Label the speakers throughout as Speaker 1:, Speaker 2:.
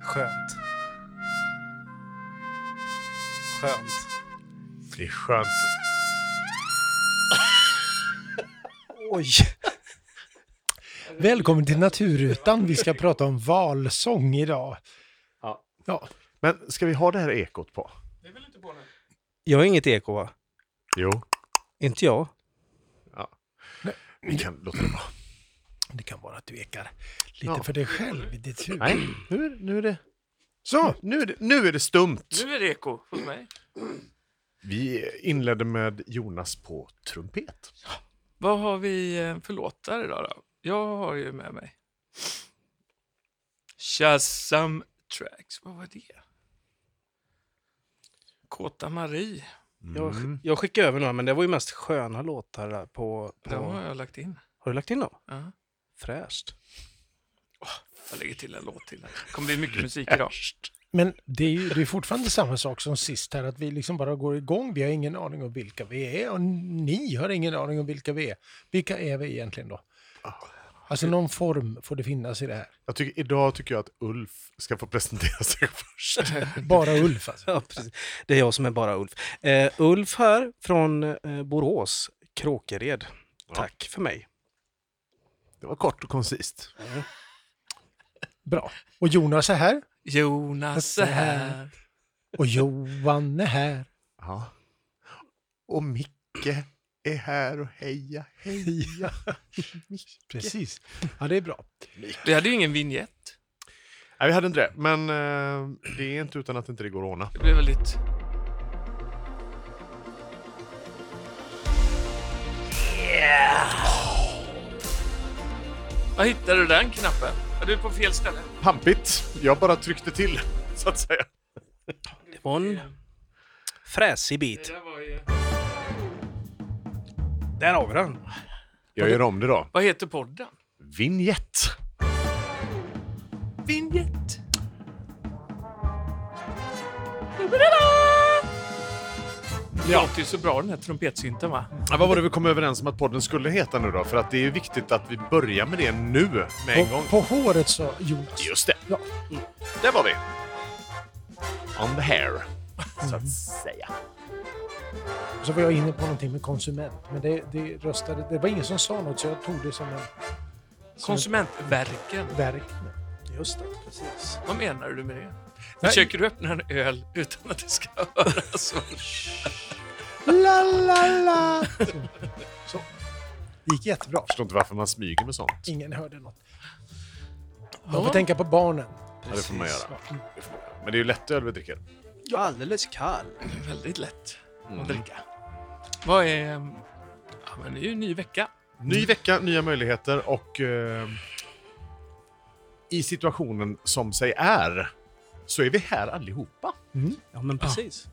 Speaker 1: Skönt. Skönt.
Speaker 2: Det är skönt.
Speaker 1: Oj! Välkommen till Naturutan. Vi ska prata om valsång idag.
Speaker 2: Ja.
Speaker 1: ja.
Speaker 2: Men ska vi ha det här ekot på?
Speaker 3: Jag har inget eko va?
Speaker 2: Jo.
Speaker 3: Inte jag.
Speaker 2: Vi kan låta det vara.
Speaker 1: Det kan vara att du ekar lite
Speaker 2: Ja.
Speaker 1: för dig själv i ditt huvud.
Speaker 2: Nej, nu är, nu är det...
Speaker 1: Så!
Speaker 2: Nu är det, nu är det stumt!
Speaker 4: Nu är det eko hos mig.
Speaker 2: Vi inledde med Jonas på trumpet.
Speaker 4: Vad har vi eh, för låtar idag då? Jag har ju med mig Shazam Tracks. Vad var det? Kåta Marie.
Speaker 3: Jag,
Speaker 2: Mm.
Speaker 3: jag skickade över några, men det var ju mest sköna låtar där på... på...
Speaker 4: Den har jag lagt in.
Speaker 3: Har du lagt in dem?
Speaker 4: Ja.
Speaker 3: Fräscht.
Speaker 4: Jag lägger till en låt till. här. Det kommer bli mycket musik idag.
Speaker 1: Men det är ju det är fortfarande samma sak som sist här, att vi liksom bara går igång. Vi har ingen aning om vilka vi är och ni har ingen aning om vilka vi är. Vilka är vi egentligen då?
Speaker 2: Ah.
Speaker 1: Alltså någon form får det finnas i det här.
Speaker 2: Jag tycker, idag tycker jag att Ulf ska få presentera sig först.
Speaker 1: Bara Ulf alltså.
Speaker 3: Ja, precis. Det är jag som är bara Ulf. Eh, Ulf här från eh, Borås, Kråkered. Tack för mig.
Speaker 2: Det var kort och koncist.
Speaker 1: Bra. Och Jonas är här.
Speaker 4: Jonas är här.
Speaker 1: Och Johan är här.
Speaker 2: Ja. Och Micke är här och heja, heja.
Speaker 1: Precis. Ja, det är bra.
Speaker 4: Du hade ju ingen vignett.
Speaker 2: Nej, vi hade inte det, men eh, det är inte utan att inte det går att ordna.
Speaker 4: Det blev väldigt... Var hittade du den knappen? Är du på fel ställe?
Speaker 2: Pampigt. Jag bara tryckte till, så att säga.
Speaker 3: Det var en fräsig bit.
Speaker 4: där var ju...
Speaker 3: Där har vi den.
Speaker 2: Jag gör om det då.
Speaker 4: Vad heter podden?
Speaker 2: Vignett.
Speaker 4: Vignett. Det låter ju så bra den här trumpetsynten va?
Speaker 2: Ja, vad var det vi kom överens om att podden skulle heta nu då? För att det är ju viktigt att vi börjar med det nu, med en gång.
Speaker 1: På, på håret sa Jonas.
Speaker 2: Just det. Mm.
Speaker 1: Ja.
Speaker 2: Där var vi. On the hair, så att säga.
Speaker 1: Så var jag inne på någonting med konsument, men det, det röstade... Det var ingen som sa något, så jag tog det som en
Speaker 4: Konsumentverken.
Speaker 1: verk.
Speaker 3: Just det, precis.
Speaker 4: Vad menar du med det?
Speaker 1: Nej.
Speaker 4: Försöker du öppna en öl utan att det ska höras?
Speaker 1: La, la, la. Så. så. Det gick jättebra.
Speaker 2: Förstår inte varför man smyger med sånt.
Speaker 1: Ingen hörde något. Man får
Speaker 4: Ja.
Speaker 1: tänka på barnen.
Speaker 2: Ja, det får man göra.
Speaker 1: Ja, mm.
Speaker 2: Det får man göra. Men det är ju lätt öl vi dricker.
Speaker 3: Alldeles kall.
Speaker 4: Väldigt lätt att dricka. Vad är... ehm, Ja, men det är ju en ny vecka.
Speaker 2: Ny vecka, nya möjligheter och eh, i situationen som sig är så är vi här allihopa.
Speaker 3: Ja, men precis.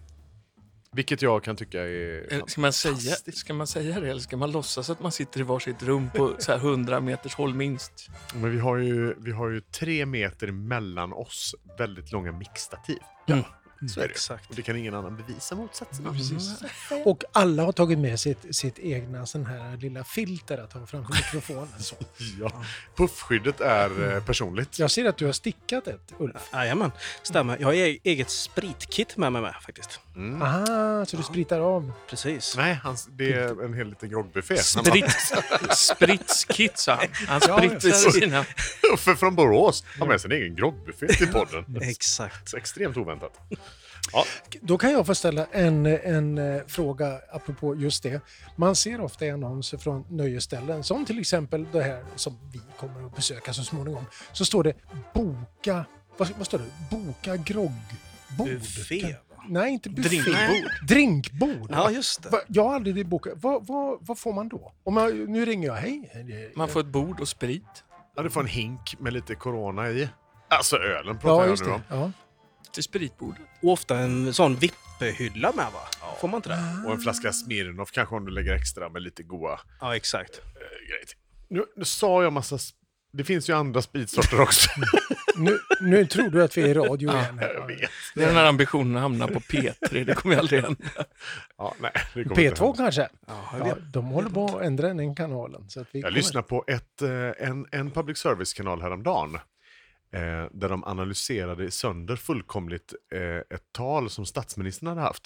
Speaker 2: Vilket jag kan tycka är...
Speaker 4: Eh, Ska man, säga, ska man säga det eller ska man låtsas att man sitter i varsitt rum på så här 100 meters håll minst?
Speaker 2: Men vi har, ju, vi har ju tre meter mellan oss väldigt långa mixtativ.
Speaker 3: Mm.
Speaker 2: Så är det ju.
Speaker 3: Exakt.
Speaker 2: Och det kan ingen annan bevisa motsatsen.
Speaker 4: Precis.
Speaker 1: Och alla har tagit med sitt, sitt egna sån här lilla filter att ha framför mikrofonen. Så.
Speaker 2: Ja. Puffskyddet är eh, personligt.
Speaker 1: Jag ser att du har stickat ett, Ulf.
Speaker 3: Jajamän, stämmer. Jag har e- eget spritkit med mig med faktiskt.
Speaker 1: Aha, så du spritar av.
Speaker 3: Precis.
Speaker 2: Nej, hans, det är en hel liten groggbuffé.
Speaker 4: Sprits, spritskit, sa han. Han
Speaker 1: Ja, ja.
Speaker 4: spritsar sina...
Speaker 2: Uffe från Borås har med sin egen groggbuffé till podden.
Speaker 3: Exakt.
Speaker 2: Så extremt oväntat. Ja,
Speaker 1: Då kan jag få ställa en, en eh, fråga apropå just det. Man ser ofta i annonser från nöjesställen, som till exempel det här som vi kommer att besöka så småningom, så står det boka, vad, vad står det? Boka groggbord.
Speaker 3: Buffé,
Speaker 1: Kan-
Speaker 3: va?
Speaker 1: Nej, inte buffé.
Speaker 3: Drinkbord.
Speaker 1: Drinkbord.
Speaker 3: Ja, just det.
Speaker 1: Va, jag har aldrig det bokat. Vad vad- vad får man då? Om jag, nu ringer jag. Hej. eh,
Speaker 4: Man får ett bord och sprit.
Speaker 2: Ja, du får en hink med lite corona i. Alltså ölen pratar
Speaker 1: Ja,
Speaker 2: jag
Speaker 1: just
Speaker 2: nu om.
Speaker 1: det. Ja.
Speaker 4: Till spritbordet.
Speaker 3: Och ofta en sån vipphylla med va? Får man inte det?
Speaker 2: Och en flaska Smirnoff eh, kanske om du lägger extra med lite goa
Speaker 3: Ja, exakt.
Speaker 2: eh, grejer till. nu, nu sa jag massa s- Det finns ju andra spritsorter också.
Speaker 1: Nu, nu tror du att vi är i radio
Speaker 4: Ja,
Speaker 1: igen. här.
Speaker 2: Jag vet.
Speaker 4: Det är den här ambitionen att hamna på P3, det kommer ju aldrig hända.
Speaker 2: Ja, nej, det kommer inte
Speaker 1: P2
Speaker 2: hända.
Speaker 1: kanske?
Speaker 3: Ja, jag
Speaker 1: Ja,
Speaker 3: vet.
Speaker 1: de håller på att ändra den kanalen. Så att vi
Speaker 2: Jag
Speaker 1: kommer-
Speaker 2: lyssnade på ett, eh, en, en public service-kanal häromdagen. Eh, där de analyserade sönder fullkomligt eh, ett tal som statsministern hade haft.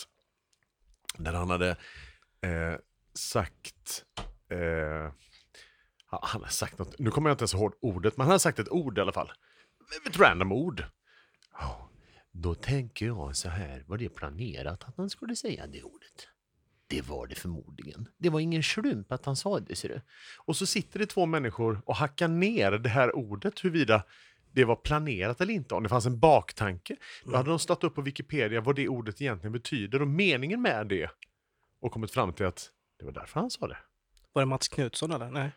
Speaker 2: Där han hade eh, sagt... Eh, han han hade sagt något, nu kommer jag inte ens ihåg ordet, men han hade sagt ett ord i alla fall. Ett random ord. Ja, då tänker jag så här, var det planerat att han skulle säga det ordet? Det var det förmodligen. Det var ingen slump att han sa det, ser du. Och så sitter det två människor och hackar ner det här ordet huruvida det var planerat eller inte, om det fanns en baktanke. Då hade de slagit upp på Wikipedia vad det ordet egentligen betyder och meningen med det och kommit fram till att det var därför han sa det.
Speaker 3: Var det Mats Knutsson eller? Nej.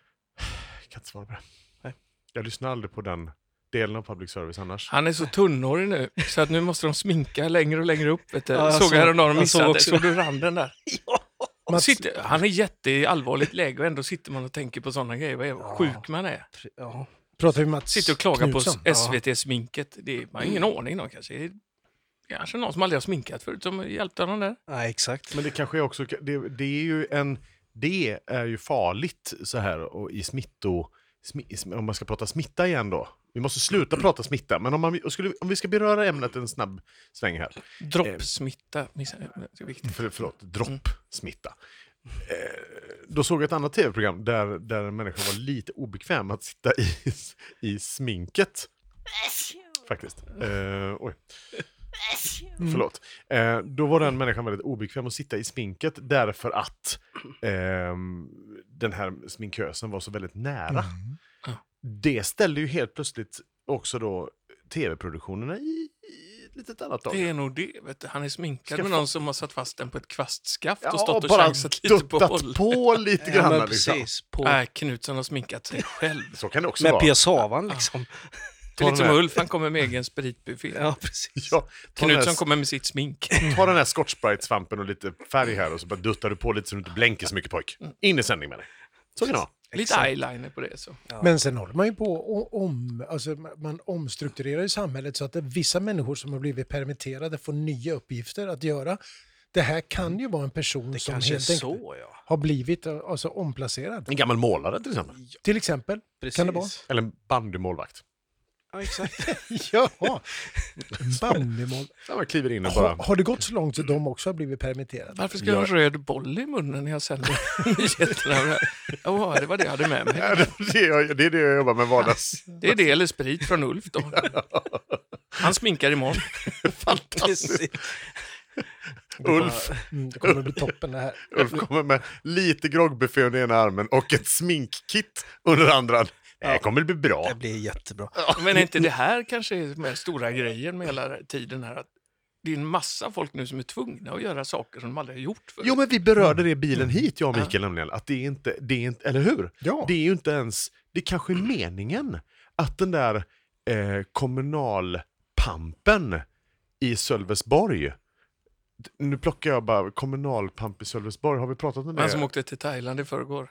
Speaker 2: Jag kan inte svara på det.
Speaker 3: Nej.
Speaker 2: Jag lyssnar aldrig på den delen av public service annars.
Speaker 4: Han är så tunnhårig nu, så att nu måste de sminka längre och längre upp. Vet du.
Speaker 3: Ja, jag
Speaker 4: såg
Speaker 3: såg-
Speaker 4: jag häromdagen,
Speaker 3: jag såg
Speaker 4: missade.
Speaker 3: också.
Speaker 4: Såg du randen där?
Speaker 1: Mats-
Speaker 4: Sitter, han är jätte i allvarligt läge och ändå sitter man och tänker på sådana grejer. Vad
Speaker 3: Ja.
Speaker 4: är- sjuk man är.
Speaker 3: Ja.
Speaker 1: Pratar vi Mats
Speaker 4: Sitter och klagar på
Speaker 1: Knutsson?
Speaker 4: SVT-sminket. Det är, man har ingen aning om kanske. Det är, kanske någon som aldrig har sminkat förut som hjälpte honom där.
Speaker 3: Nej, exakt.
Speaker 2: Men det kanske är också, det, det är ju en, det är ju farligt så här och i smitto, smi, om man ska prata smitta igen då. Vi måste sluta prata smitta, men om, man, och skulle, om vi ska beröra ämnet en snabb sväng här.
Speaker 4: Droppsmitta. missar- det är viktigt.
Speaker 2: För, förlåt, droppsmitta. Eh, då såg jag ett annat tv-program där, där människor var lite obekväm att sitta i, i sminket. Faktiskt. Eh, oj. Förlåt. Eh, då var den människan väldigt obekväm att sitta i sminket därför att ehm, den här sminkösen var så väldigt nära. Det ställde ju helt plötsligt också då tv-produktionerna i, i ett litet annat dag.
Speaker 4: Det är nog det. Vet du. Han är sminkad
Speaker 2: Ska
Speaker 4: med
Speaker 2: få-
Speaker 4: någon som har satt fast den på ett kvastskaft och
Speaker 2: Ja,
Speaker 4: stått och
Speaker 2: bara
Speaker 4: chansat lite på
Speaker 2: duttat
Speaker 4: håll.
Speaker 2: på lite
Speaker 3: typ Ja,
Speaker 2: grann.
Speaker 3: men
Speaker 2: liksom.
Speaker 3: precis. På,
Speaker 4: Nej, Knutsson har sminkat sig själv.
Speaker 2: Så kan det också
Speaker 3: med
Speaker 2: vara.
Speaker 3: piasavan liksom.
Speaker 4: Det är lite
Speaker 2: den
Speaker 4: som
Speaker 2: här-
Speaker 4: Ulf, han kommer med egen spritbuffé.
Speaker 3: Ja, precis.
Speaker 2: Ja, ta, den
Speaker 4: Knutsson
Speaker 2: här,
Speaker 4: kommer med sitt smink.
Speaker 2: ta den här Scotch Brite-svampen och lite färg här och så bara duttar du på lite så du inte blänker så mycket pojk. In i sändning med dig. Så kan det vara.
Speaker 4: Lite eyeliner på det. Så.
Speaker 1: Men sen håller man ju på och om, alltså man omstrukturerar ju samhället så att det är vissa människor som har blivit permitterade får nya uppgifter att göra. Det här kan ju vara en person
Speaker 3: Det
Speaker 1: som
Speaker 3: kanske är
Speaker 1: helt enkelt
Speaker 3: så, ja.
Speaker 1: har blivit eh, alltså, omplacerad.
Speaker 2: En gammal målare till exempel.
Speaker 1: Till exempel.
Speaker 3: Precis.
Speaker 1: Kan det vara?
Speaker 2: Eller en bandymålvakt.
Speaker 3: Ja, exakt.
Speaker 1: Jaha! Bandymål.
Speaker 2: Ja, man kliver in och bara...
Speaker 1: Har, har det gått så långt att de också har blivit permitterade?
Speaker 4: Varför ska jag ha en röd boll i munnen när jag sänder nyheterna? Åh, det var det jag hade med mig.
Speaker 2: Ja, det, det är jag- det är det jag jobbar med vardags.
Speaker 4: Det är det eller sprit från Ulf då. Han sminkar imorgon.
Speaker 3: Precis.
Speaker 2: Ulf,
Speaker 1: Mm, det kommer att bli toppen det här.
Speaker 2: Ulf kommer med lite groggbuffé under ena armen och ett sminkkit under andra. Det här kommer bli bra.
Speaker 3: Det blir jättebra.
Speaker 4: Men är inte det här kanske är den stora grejen med hela tiden här? Att det är en massa folk nu som är tvungna att göra saker som de aldrig har gjort förut.
Speaker 2: Jo, men vi berörde det i bilen hit, jag och Mikael, nämligen. Att det är inte, det är inte, eller hur?
Speaker 1: Ja.
Speaker 2: Det är ju inte ens, det kanske är meningen att den där eh, kommunalpampen i Sölvesborg, nu plockar jag bara kommunalpamp i Sölvesborg, har vi pratat om det?
Speaker 4: Han som åkte till Thailand i förrgår.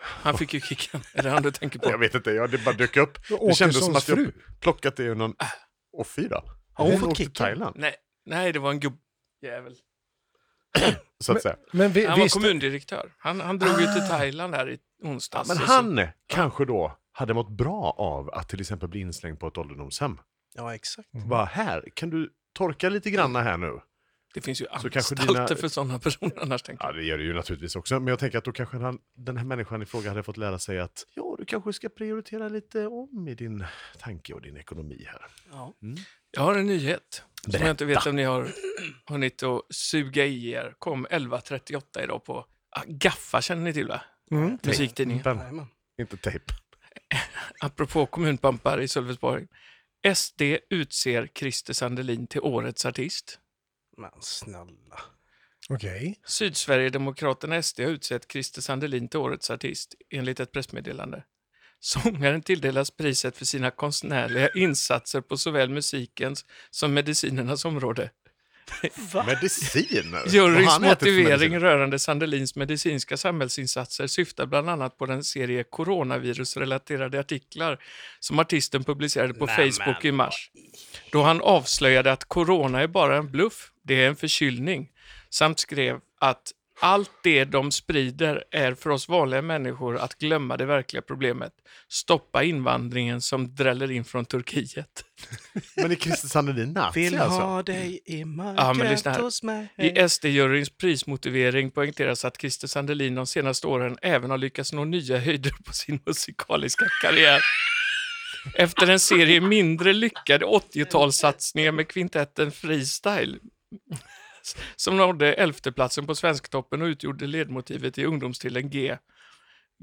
Speaker 4: Han fick ju kicken. Är det han du tänker
Speaker 2: Jag
Speaker 4: på?
Speaker 2: vet inte, jag, det bara dök upp. Det
Speaker 1: Åkessons
Speaker 2: kändes som att
Speaker 1: fru.
Speaker 2: jag plockat det ur någon... Och fyra.
Speaker 3: Har hon
Speaker 2: Hon
Speaker 3: fått
Speaker 2: åkte till
Speaker 3: kicken?
Speaker 2: Thailand,
Speaker 4: Nej, nej det var en gubbjävel.
Speaker 2: så att säga.
Speaker 1: Men vi,
Speaker 4: Han var
Speaker 1: visst,
Speaker 4: kommundirektör. Han, han drog ju till Thailand här i onsdags.
Speaker 2: Men
Speaker 4: och
Speaker 2: han kanske då hade mått bra av att till exempel bli inslängd på ett ålderdomshem.
Speaker 3: Ja, exakt.
Speaker 2: Bara här, kan du torka lite granna
Speaker 3: Mm.
Speaker 2: här nu?
Speaker 4: Det finns ju
Speaker 2: Så kanske
Speaker 4: anstalter
Speaker 2: dina-
Speaker 4: för sådana personer annars. Tänker
Speaker 2: Ja,
Speaker 4: jag.
Speaker 2: det gör det ju naturligtvis också. Men jag tänker att då kanske han, den här människan i fråga hade fått lära sig att ja, du kanske ska prioritera lite om i din tanke och din ekonomi här.
Speaker 3: Ja.
Speaker 4: jag har en nyhet som
Speaker 2: Berätta.
Speaker 4: jag inte vet om ni har hunnit att suga i er. Kom 11.38 idag på ah, Gaffa, känner ni till va?
Speaker 1: Mm.
Speaker 4: Musiktidningen.
Speaker 2: Men,
Speaker 3: Jajamän.
Speaker 2: inte tejp.
Speaker 4: Apropå kommunpampar i Sölvesborg. SD utser Christer Sandelin till årets artist.
Speaker 3: Men snälla.
Speaker 1: okej.
Speaker 4: Sydsverigedemokraterna SD har utsett Christer Sandelin till årets artist enligt ett pressmeddelande. Sångaren tilldelas priset för sina konstnärliga insatser på såväl musikens som medicinernas område.
Speaker 3: Va?
Speaker 2: Mediciner? Vad
Speaker 4: Juryns
Speaker 2: har han ätit för
Speaker 4: motivering
Speaker 2: mediciner?
Speaker 4: rörande Sandelins medicinska samhällsinsatser syftar bland annat på den serie coronavirusrelaterade artiklar som artisten publicerade på
Speaker 3: Nämen.
Speaker 4: Facebook i mars. Då han avslöjade att corona är bara en bluff, det är en förkylning, samt skrev att allt det de sprider är för oss vanliga människor att glömma det verkliga problemet. Stoppa invandringen som dräller in från Turkiet.
Speaker 2: Men är Christer Sandelin nazi
Speaker 3: Vill
Speaker 2: alltså?
Speaker 3: ha dig i
Speaker 4: Ja, men
Speaker 3: mörkret
Speaker 4: lyssna här.
Speaker 3: hos mig.
Speaker 4: I SD-juryns prismotivering poängteras att Christer Sandelin de senaste åren även har lyckats nå nya höjder på sin musikaliska karriär. Efter en serie mindre lyckade 80-talssatsningar med kvintetten Freestyle som nådde elfteplatsen på Svensktoppen och utgjorde ledmotivet i ungdomsstilen G.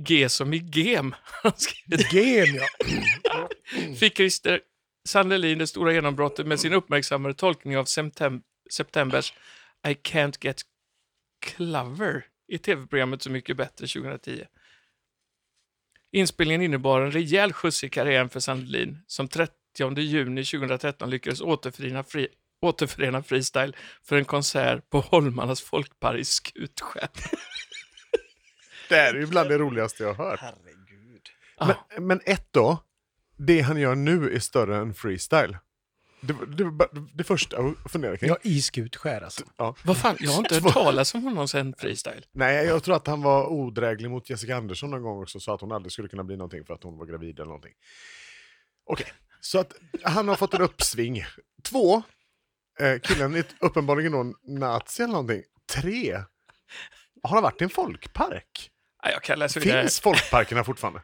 Speaker 4: G som i gem, har han skrivit.
Speaker 1: Game, ja.
Speaker 4: fick Christer Sandelin det stora genombrottet med sin uppmärksammade tolkning av septem- Septembers I can't get clover i tv-programmet Så mycket bättre 2010. Inspelningen innebar en rejäl skjuts i karriären för Sandelin som 30 juni 2013 lyckades återförena, fri, återförena freestyle för en konsert på Holmarnas folkpark i Skutskär.
Speaker 2: Det här är ju bland det roligaste jag har hört.
Speaker 3: Herregud.
Speaker 2: Men, men ett då, det han gör nu är större än freestyle. Det, det, var bara det första jag funderar kring.
Speaker 1: Ja, i Skutskär alltså.
Speaker 2: Ja.
Speaker 4: Vad fan, jag har inte hört talas om honom sen freestyle.
Speaker 2: Nej, jag tror att han var odräglig mot Jessica Andersson någon gång också, så att hon aldrig skulle kunna bli någonting för att hon var gravid eller någonting. Okej, så att han har fått en uppsving. Två, eh, killen är uppenbarligen någon nazi eller någonting. Tre, har han varit i en folkpark?
Speaker 4: Nej, Jag kan läsa vidare.
Speaker 2: Finns folkparkerna fortfarande?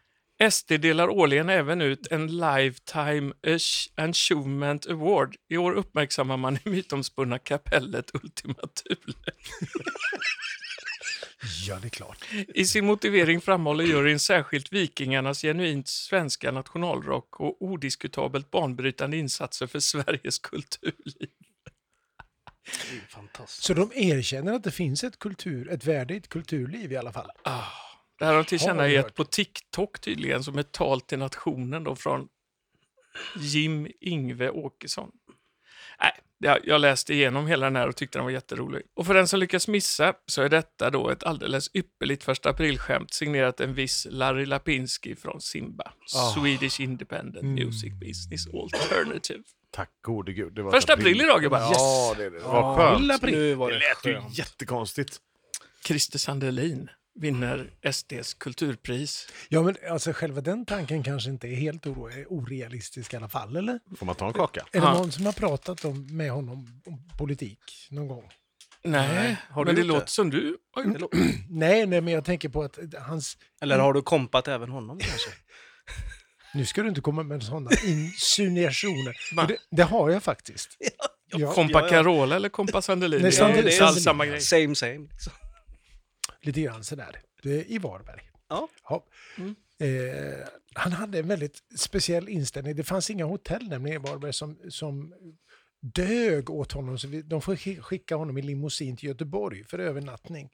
Speaker 4: SD delar årligen även ut en Lifetime eh, Ach- Achievement Award. I år uppmärksammar man det mytomspunna kapellet Ultima Thule.
Speaker 1: Ja, det är klart.
Speaker 4: I sin motivering framhåller juryn särskilt vikingarnas genuint svenska nationalrock och odiskutabelt banbrytande insatser för Sveriges kulturliv.
Speaker 3: Det är ju Fantastiskt.
Speaker 1: Så de erkänner att det finns ett, kultur, ett värde i ett kulturliv i alla fall.
Speaker 4: Ah, det här har de tillkännagett
Speaker 1: hört.
Speaker 4: på TikTok tydligen som ett tal till nationen då från Jim Ingve Åkesson. Nej, jag- jag läste igenom hela den här och tyckte den var jätterolig. Och för den som lyckas missa så är detta då ett alldeles ypperligt första aprilskämt signerat en viss Larry Lapinski från Simba.
Speaker 3: Ah.
Speaker 4: Swedish Independent
Speaker 3: Mm.
Speaker 4: Music Business Alternative.
Speaker 2: Tack gode gud. Det var
Speaker 4: Första april idag gubbar!
Speaker 1: Alltså,
Speaker 2: Ja, det är det. Det var skönt.
Speaker 1: Lilla Britt.
Speaker 3: Nu var
Speaker 2: Det
Speaker 3: det
Speaker 2: lät ju
Speaker 3: skönt.
Speaker 2: jättekonstigt.
Speaker 4: Christer Sandelin vinner SDs kulturpris.
Speaker 1: Ja, men alltså själva den tanken kanske inte är helt oro- orealistisk i alla fall, eller?
Speaker 2: Får man ta en kaka?
Speaker 1: Är det
Speaker 4: Ja.
Speaker 1: någon som har pratat om, med honom om politik någon gång?
Speaker 4: Nej,
Speaker 3: har
Speaker 4: men
Speaker 3: du
Speaker 4: det
Speaker 3: gjort det?
Speaker 4: låter som du har gjort.
Speaker 1: Nej, nej, men jag tänker på att hans...
Speaker 3: Eller har du kompat även honom kanske?
Speaker 1: Nu ska du inte komma med sådana insinuationer. Och Det, det har jag faktiskt. Ja,
Speaker 4: Kompa
Speaker 3: ja.
Speaker 4: Carola eller Kompa Sandelin?
Speaker 1: Nej,
Speaker 4: Det
Speaker 1: Sandelin-
Speaker 4: är inte alls
Speaker 1: Sandelin.
Speaker 4: samma grej.
Speaker 3: Same same. liksom.
Speaker 1: lite grann sådär. Det är I Varberg.
Speaker 3: Ja.
Speaker 1: Eh, han hade en väldigt speciell inställning. Det fanns inga hotell nämligen i Varberg som, som dög åt honom. Så vi, de får sk- skicka honom i limousin till Göteborg för övernattning.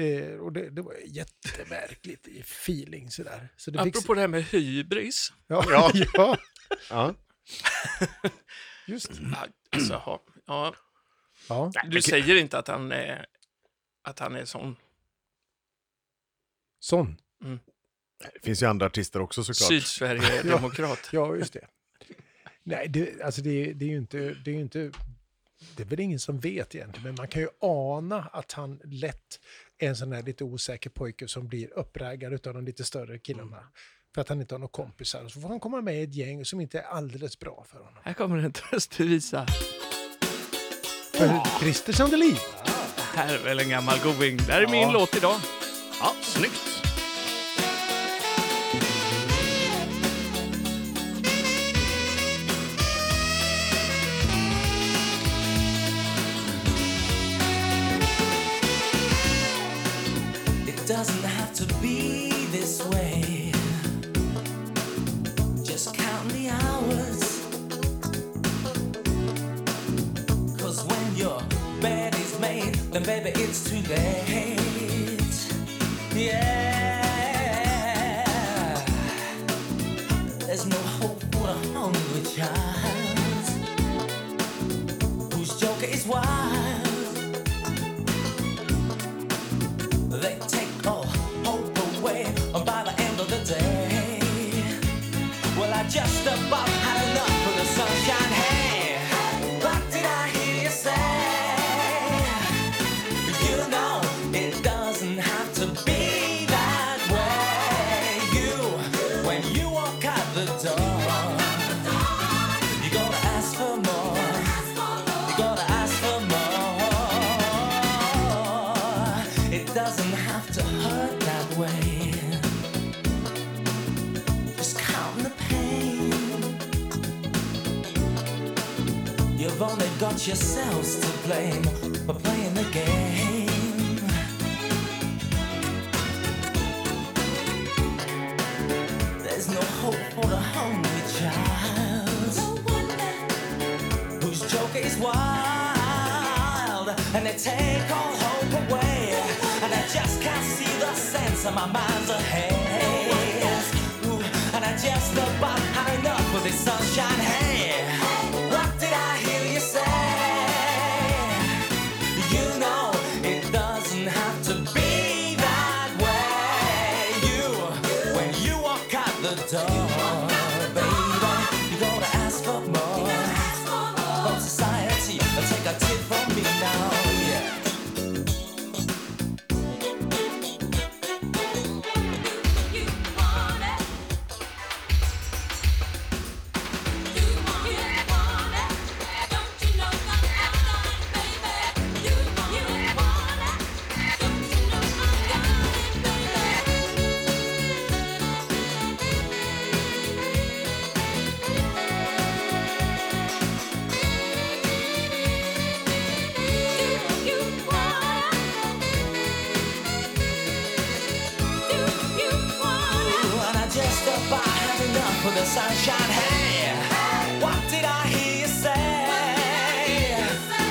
Speaker 1: Eh, och det, det var jättemärkligt i feeling sådär. Så det fick,
Speaker 4: Apropå det här med hybris.
Speaker 1: ja, ja,
Speaker 2: Ja.
Speaker 1: just det.
Speaker 4: Ja, Alltså, ha- ja,
Speaker 1: ja.
Speaker 4: du säger inte att han är, att han är sån
Speaker 1: Sån.
Speaker 2: Det finns ju andra artister också såklart.
Speaker 4: Sydsverige-demokrat.
Speaker 1: Ja, just det. Nej, det, alltså det, det är ju inte... Det är ju inte det är väl ingen som vet egentligen, men man kan ju ana att han lätt är en sån här lite osäker pojke som blir uppraggad utav de lite större killarna. För att han inte har några kompisar. Och så får han komma med i ett gäng som inte är alldeles bra för honom.
Speaker 4: Här kommer en tröstvisa.
Speaker 1: För Christer Sandelin!
Speaker 4: Det här är väl en gammal goding. Det här är min låt idag.
Speaker 2: Ja, snyggt.
Speaker 5: It doesn't have to be this way. Just count the hours. Cause when your bed is made, then baby, it's too late. Yeah. There's no hope for a hungry child whose joker is wild. doesn't have to hurt that way. Just count the pain. You've only got yourselves to blame for playing the game. There's no hope for the hungry child. Whose joke is wild. And they take all hope away. And I just can't see the sense of my mind's ahead. Ooh, and I just about had enough of this sunshine. Hey, what did I hear you say? You know it doesn't have to be that way. You, when you walk out the door, baby, you gotta ask for more from society. Take a tip from me now, yeah. Ooh, and I just about had enough of the sunshine. Hey, what did I hear you say?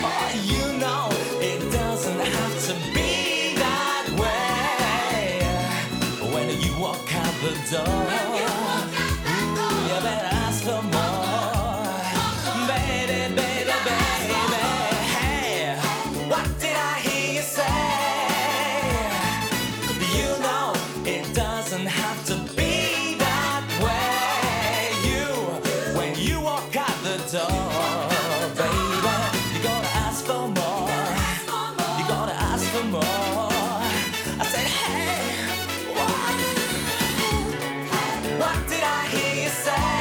Speaker 5: Oh, you know it doesn't have to be that way. When you walk out the door, ooh, you better ask for more. Baby, baby, baby, hey, what did I hear you say? You know it doesn't have to be that way. You, when you walk out the door, baby, you gotta ask for more. You gotta ask for more. I said, hey, what? What did I hear you say?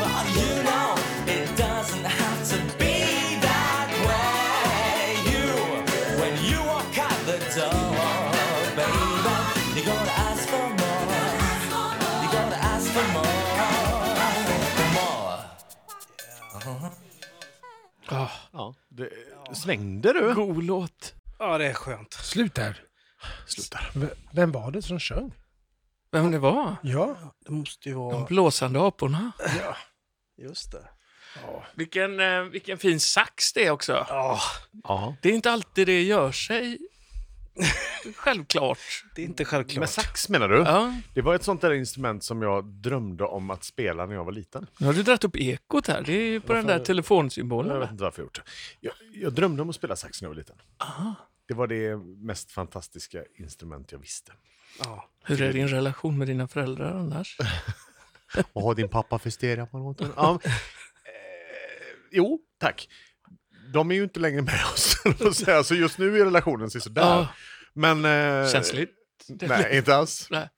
Speaker 5: Well, you know it doesn't have to be that way. You, when you walk out the door, baby, you gotta ask for more. You gotta ask for more, more.
Speaker 2: Ja, det, slängde du?
Speaker 4: God låt.
Speaker 3: Ja, det är skönt.
Speaker 1: Slut där.
Speaker 2: Slutar.
Speaker 1: V- Vem var det som sjöng?
Speaker 4: Vem det var?
Speaker 1: Ja.
Speaker 3: Det måste ju
Speaker 4: De
Speaker 3: vara...
Speaker 4: blåsande aporna.
Speaker 3: Just det.
Speaker 4: Vilken, eh, vilken fin sax det är också.
Speaker 3: Ja,
Speaker 2: Ja.
Speaker 4: Det är inte alltid det gör sig. Självklart.
Speaker 3: det är inte självklart.
Speaker 2: Med sax menar du?
Speaker 4: Ja.
Speaker 2: Det var ett sånt där instrument som jag drömde om att spela när jag var liten.
Speaker 4: Nu har du dragit upp ekot här. Det är ju på den där
Speaker 2: Jag
Speaker 4: telefonsymbolen.
Speaker 2: vet
Speaker 4: va?
Speaker 2: inte varför jag gjort det. Jag, jag drömde om att spela sax när jag var liten. Det var det mest fantastiska instrument jag visste.
Speaker 3: Ja.
Speaker 4: Hur är din relation med dina föräldrar annars?
Speaker 3: Eh.
Speaker 2: Vad har din pappa för stereoapparat? Ja, eh, jo, tack. De är ju inte längre med oss, så att säga. så just nu är relationen sådär.
Speaker 4: Ja.
Speaker 2: Men... Eh,
Speaker 4: Känsligt.
Speaker 2: Nej, inte alls.
Speaker 4: Nej.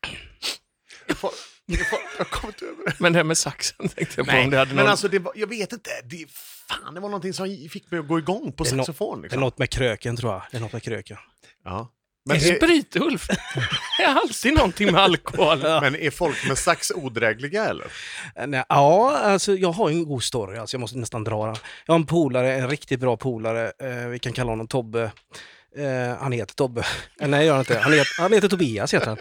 Speaker 2: Jag får- jag får- jag har kommit över det.
Speaker 4: Men det här med saxen tänkte jag på om det hade
Speaker 2: men
Speaker 4: någon...
Speaker 2: alltså, det var, jag vet inte. Det, fan, det var någonting som fick mig att gå igång på
Speaker 3: Det är nå-
Speaker 2: saxofon.
Speaker 3: Det är
Speaker 2: Liksom.
Speaker 3: något med kröken, tror jag. Det är något med kröken.
Speaker 2: Ja. Men,
Speaker 4: Men
Speaker 2: är,
Speaker 4: Sprit, Ulf! Det är alltid någonting med alkohol.
Speaker 2: men är folk med sax odrägliga eller?
Speaker 3: Eh, Nej, ja, alltså jag har ju en god story, alltså jag måste nästan dra den. Jag har en polare, en riktigt bra polare, eh, vi kan kalla honom Tobbe. Eh, han heter Tobbe. Eh, nej, gör han inte. Han heter, han heter Tobias, heter han.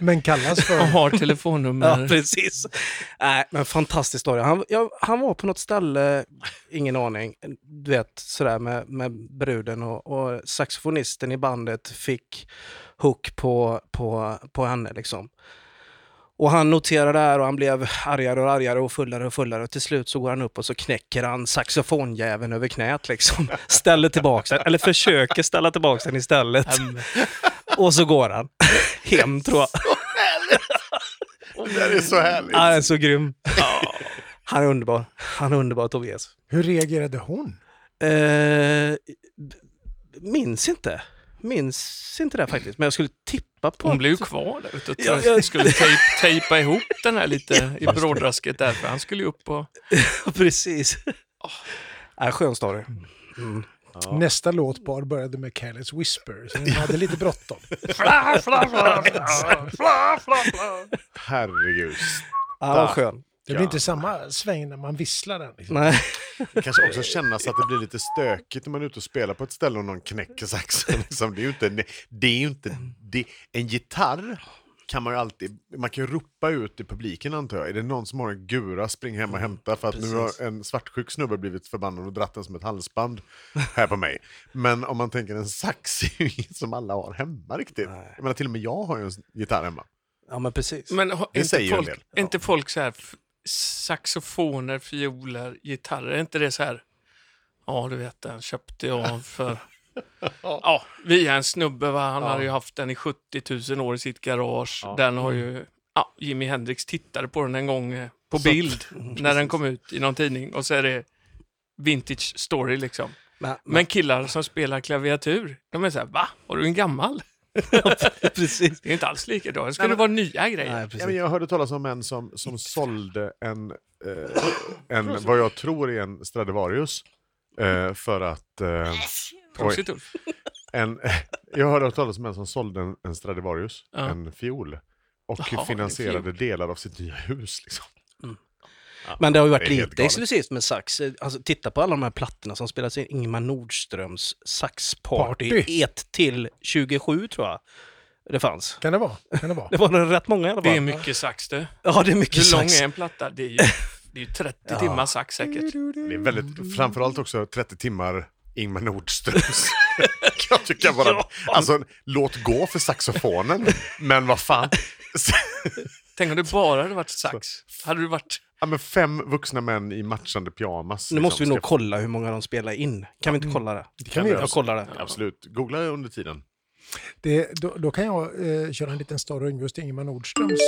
Speaker 1: Men kallas för...
Speaker 4: Och har
Speaker 3: Ja,
Speaker 4: telefonnummer.
Speaker 3: precis. Nej, men fantastisk story. Han, jag, han var på något ställe, ingen aning, du vet sådär med, med bruden och, och saxofonisten i bandet fick hook på, på, på henne liksom. Och han noterade det här och han blev argare och argare och fullare och fullare och till slut så går han upp och så knäcker han saxofonjäveln över knät liksom. Ställer tillbaka den, eller försöker ställa tillbaka den istället. Och så går han hem tror jag.
Speaker 2: Det där är så härligt.
Speaker 3: Han är så grym. Han är underbar. Han är underbar, Tobias.
Speaker 1: Hur reagerade hon?
Speaker 3: Eh, minns inte. Minns inte det här faktiskt, men jag skulle tippa på...
Speaker 4: Hon blev ju kvar där ute och
Speaker 3: Ja, ja.
Speaker 4: skulle tejp, tejpa ihop den här lite i brådrasket där, för han skulle ju upp och...
Speaker 3: Precis. Oh. Äh, skön story. Mm.
Speaker 1: Nästa låt bara började med Careless Whisper, så hon hade lite bråttom.
Speaker 4: Fla, fla, fla, fla, fla, fla, fla.
Speaker 2: Herregud.
Speaker 3: Ja, vad skön.
Speaker 1: Det blir inte samma sväng när man visslar den. Liksom.
Speaker 3: Nej.
Speaker 2: Kanske också känna så att det blir lite stökigt när man är ute och spelar på ett ställe och någon knäcker saxen. Liksom. Det är ju inte... Det är ju inte det, en gitarr kan man ju alltid... Man kan ju ropa ut i publiken antar jag. Är det någon som har en gura, spring hem och hämta för att nu har en svartsjuk snubbe blivit förbannad och dratt den som ett halsband här på mig. Men om man tänker en sax är ju inget som alla har hemma riktigt. Jag menar till och med jag har ju en gitarr hemma.
Speaker 3: Ja, men precis.
Speaker 4: Men har,
Speaker 2: Det
Speaker 4: inte
Speaker 2: säger en
Speaker 4: folk,
Speaker 2: del.
Speaker 4: är inte folk så här, f- saxofoner, fioler, gitarrer, är inte det så här, ja du vet den köpte jag för, ja via en snubbe va, han hade ju haft den i 70 000 år i sitt garage, den har ju,
Speaker 2: Mm.
Speaker 4: ja Jimi Hendrix tittade på den en gång eh, på bild när den kom ut i någon tidning och så är det vintage story liksom.
Speaker 3: men,
Speaker 4: Men killar som spelar klaviatur, de är så här, va? Har du en gammal?
Speaker 3: precis.
Speaker 4: Det är inte alls likadant, det skulle vara nya grejer.
Speaker 3: Nej,
Speaker 2: Ja, men
Speaker 3: precis.
Speaker 2: jag hörde talas om en som, som sålde en, eh, en, vad jag tror är en Stradivarius. Eh, för att... Eh, oj,
Speaker 4: Prosit, Ulf.
Speaker 2: en, jag hörde talas om en som sålde en, en Stradivarius,
Speaker 4: Ja.
Speaker 2: en fiol. Och
Speaker 4: Jaha, en
Speaker 2: finansierade delar av sitt nya hus. Liksom.
Speaker 3: Men det har ju
Speaker 2: Det
Speaker 3: varit
Speaker 2: är helt
Speaker 3: lite
Speaker 2: galet.
Speaker 3: exklusivt med sax. Alltså, titta på alla de här plattorna som spelas in. Ingmar Nordströms
Speaker 1: Party.
Speaker 3: saxparty 1 till 27 tror jag det fanns.
Speaker 1: Kan det vara? Kan det vara?
Speaker 3: Det var rätt många i alla fall.
Speaker 4: Det är mycket sax du.
Speaker 3: Ja, det är mycket
Speaker 4: Hur lång
Speaker 3: sax.
Speaker 4: är en platta? Det är ju, det är ju 30 timmar sax säkert.
Speaker 2: Det är väldigt, framförallt också 30 timmar Ingmar Nordströms. jag tycker bara, alltså, låt gå för saxofonen, men vad fan.
Speaker 4: Tänk om det bara hade varit sax. Hade du varit...
Speaker 2: ja, men fem vuxna män i matchande pyjamas.
Speaker 3: Nu måste vi
Speaker 2: liksom,
Speaker 3: nog
Speaker 2: ska-
Speaker 3: kolla hur många de spelar in. Kan vi
Speaker 4: Mm.
Speaker 3: inte kolla det? Det
Speaker 2: kan vi göra.
Speaker 3: Jag kollar det.
Speaker 2: Absolut. Googla under tiden.
Speaker 1: Det, då, då kan jag eh, köra en liten story om just Ingemar Nordströms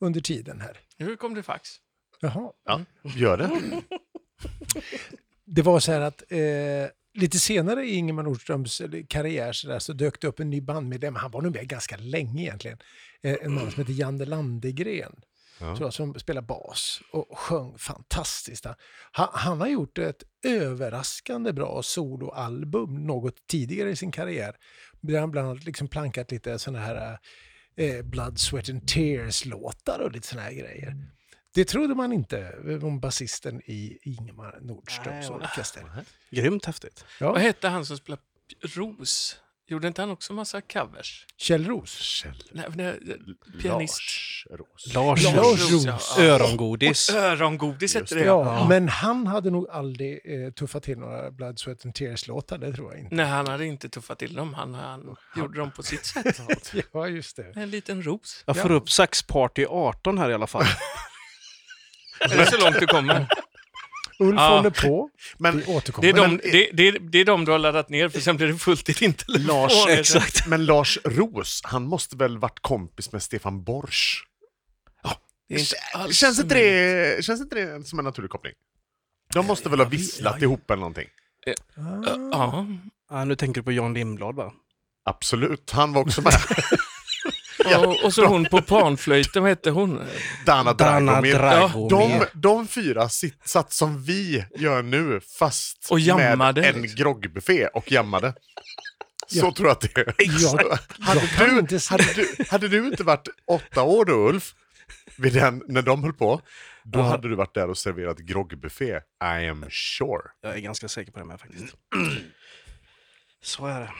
Speaker 1: under tiden här.
Speaker 4: Hur kom det fax?
Speaker 1: Jaha.
Speaker 4: Mm.
Speaker 2: Ja, gör det.
Speaker 1: Det var så här att eh, lite senare i Ingemar Nordströms eh, karriär så, där, så dök det upp en ny bandmedlem. Han var nog med ganska länge egentligen. Eh, en man som heter Janne Landegren.
Speaker 2: Ja.
Speaker 1: Tror jag, som spelar bas och sjöng fantastiskt. Han, han har gjort ett överraskande bra soloalbum något tidigare i sin karriär. Där han bland annat liksom plankat lite sådana här eh, Blood, Sweat and Tears-låtar och lite sådana här grejer. Det trodde man inte eh, om basisten i Ingemar Nordströms
Speaker 3: Nej, och-
Speaker 1: orkester.
Speaker 3: Grymt häftigt.
Speaker 1: Ja.
Speaker 4: Vad hette han som spelade p- Ros? Gjorde inte han också massa covers?
Speaker 1: Kjell Roos.
Speaker 2: Kjell
Speaker 4: Nej, nej, pianist.
Speaker 2: Lars Ros.
Speaker 3: Lars,
Speaker 1: Lars
Speaker 4: Roos,
Speaker 1: Roos.
Speaker 4: ja.
Speaker 3: Örongodis.
Speaker 4: Örongodis
Speaker 2: Just
Speaker 4: hette
Speaker 1: Ja,
Speaker 4: det. Ja.
Speaker 1: men han hade nog aldrig eh, tuffat till några Blood, Sweat and Tears-låtar, det tror jag inte.
Speaker 4: Nej, han hade inte tuffat till dem. Han, han gjorde dem på sitt sätt.
Speaker 1: Ja, just det.
Speaker 4: En liten ros.
Speaker 3: Jag får upp saxparty 18 här i alla fall.
Speaker 4: Är det så långt du kommer?
Speaker 1: Ulf
Speaker 4: Ja.
Speaker 1: håller på.
Speaker 2: Men,
Speaker 1: Vi återkommer.
Speaker 4: Det är, de,
Speaker 2: Men-
Speaker 4: det, det, är- det är de du har laddat ner, för sen blir det fullt i din telefon.
Speaker 3: Lars, exakt.
Speaker 2: men Lars Ros, han måste väl varit kompis med Stefan Borsch?
Speaker 4: Det är inte alls
Speaker 2: Känns inte, det, känns inte det som en naturlig koppling? De måste väl ha visslat ihop eller någonting?
Speaker 4: Ja,
Speaker 3: Ja, nu tänker du på Jan Lindblad va?
Speaker 2: Absolut, han var också med.
Speaker 4: Och, och så hon på panflöjten, vad hette hon?
Speaker 2: Dana
Speaker 3: Dana
Speaker 2: Dragomir.
Speaker 3: Dragomir.
Speaker 2: De, de fyra sitt, satt som vi gör nu, fast
Speaker 4: Och jammade,
Speaker 2: med en
Speaker 4: liksom.
Speaker 2: groggbuffé och jammade. Så tror jag att det är.
Speaker 1: Jag,
Speaker 2: Hade,
Speaker 1: jag kan
Speaker 2: du,
Speaker 1: inte se.
Speaker 2: hade, du, hade du inte varit åtta år då, Ulf, vid den, när de höll på, då hade du varit där och serverat groggbuffé, I am sure.
Speaker 3: Jag är ganska säker på det med faktiskt. Så är det.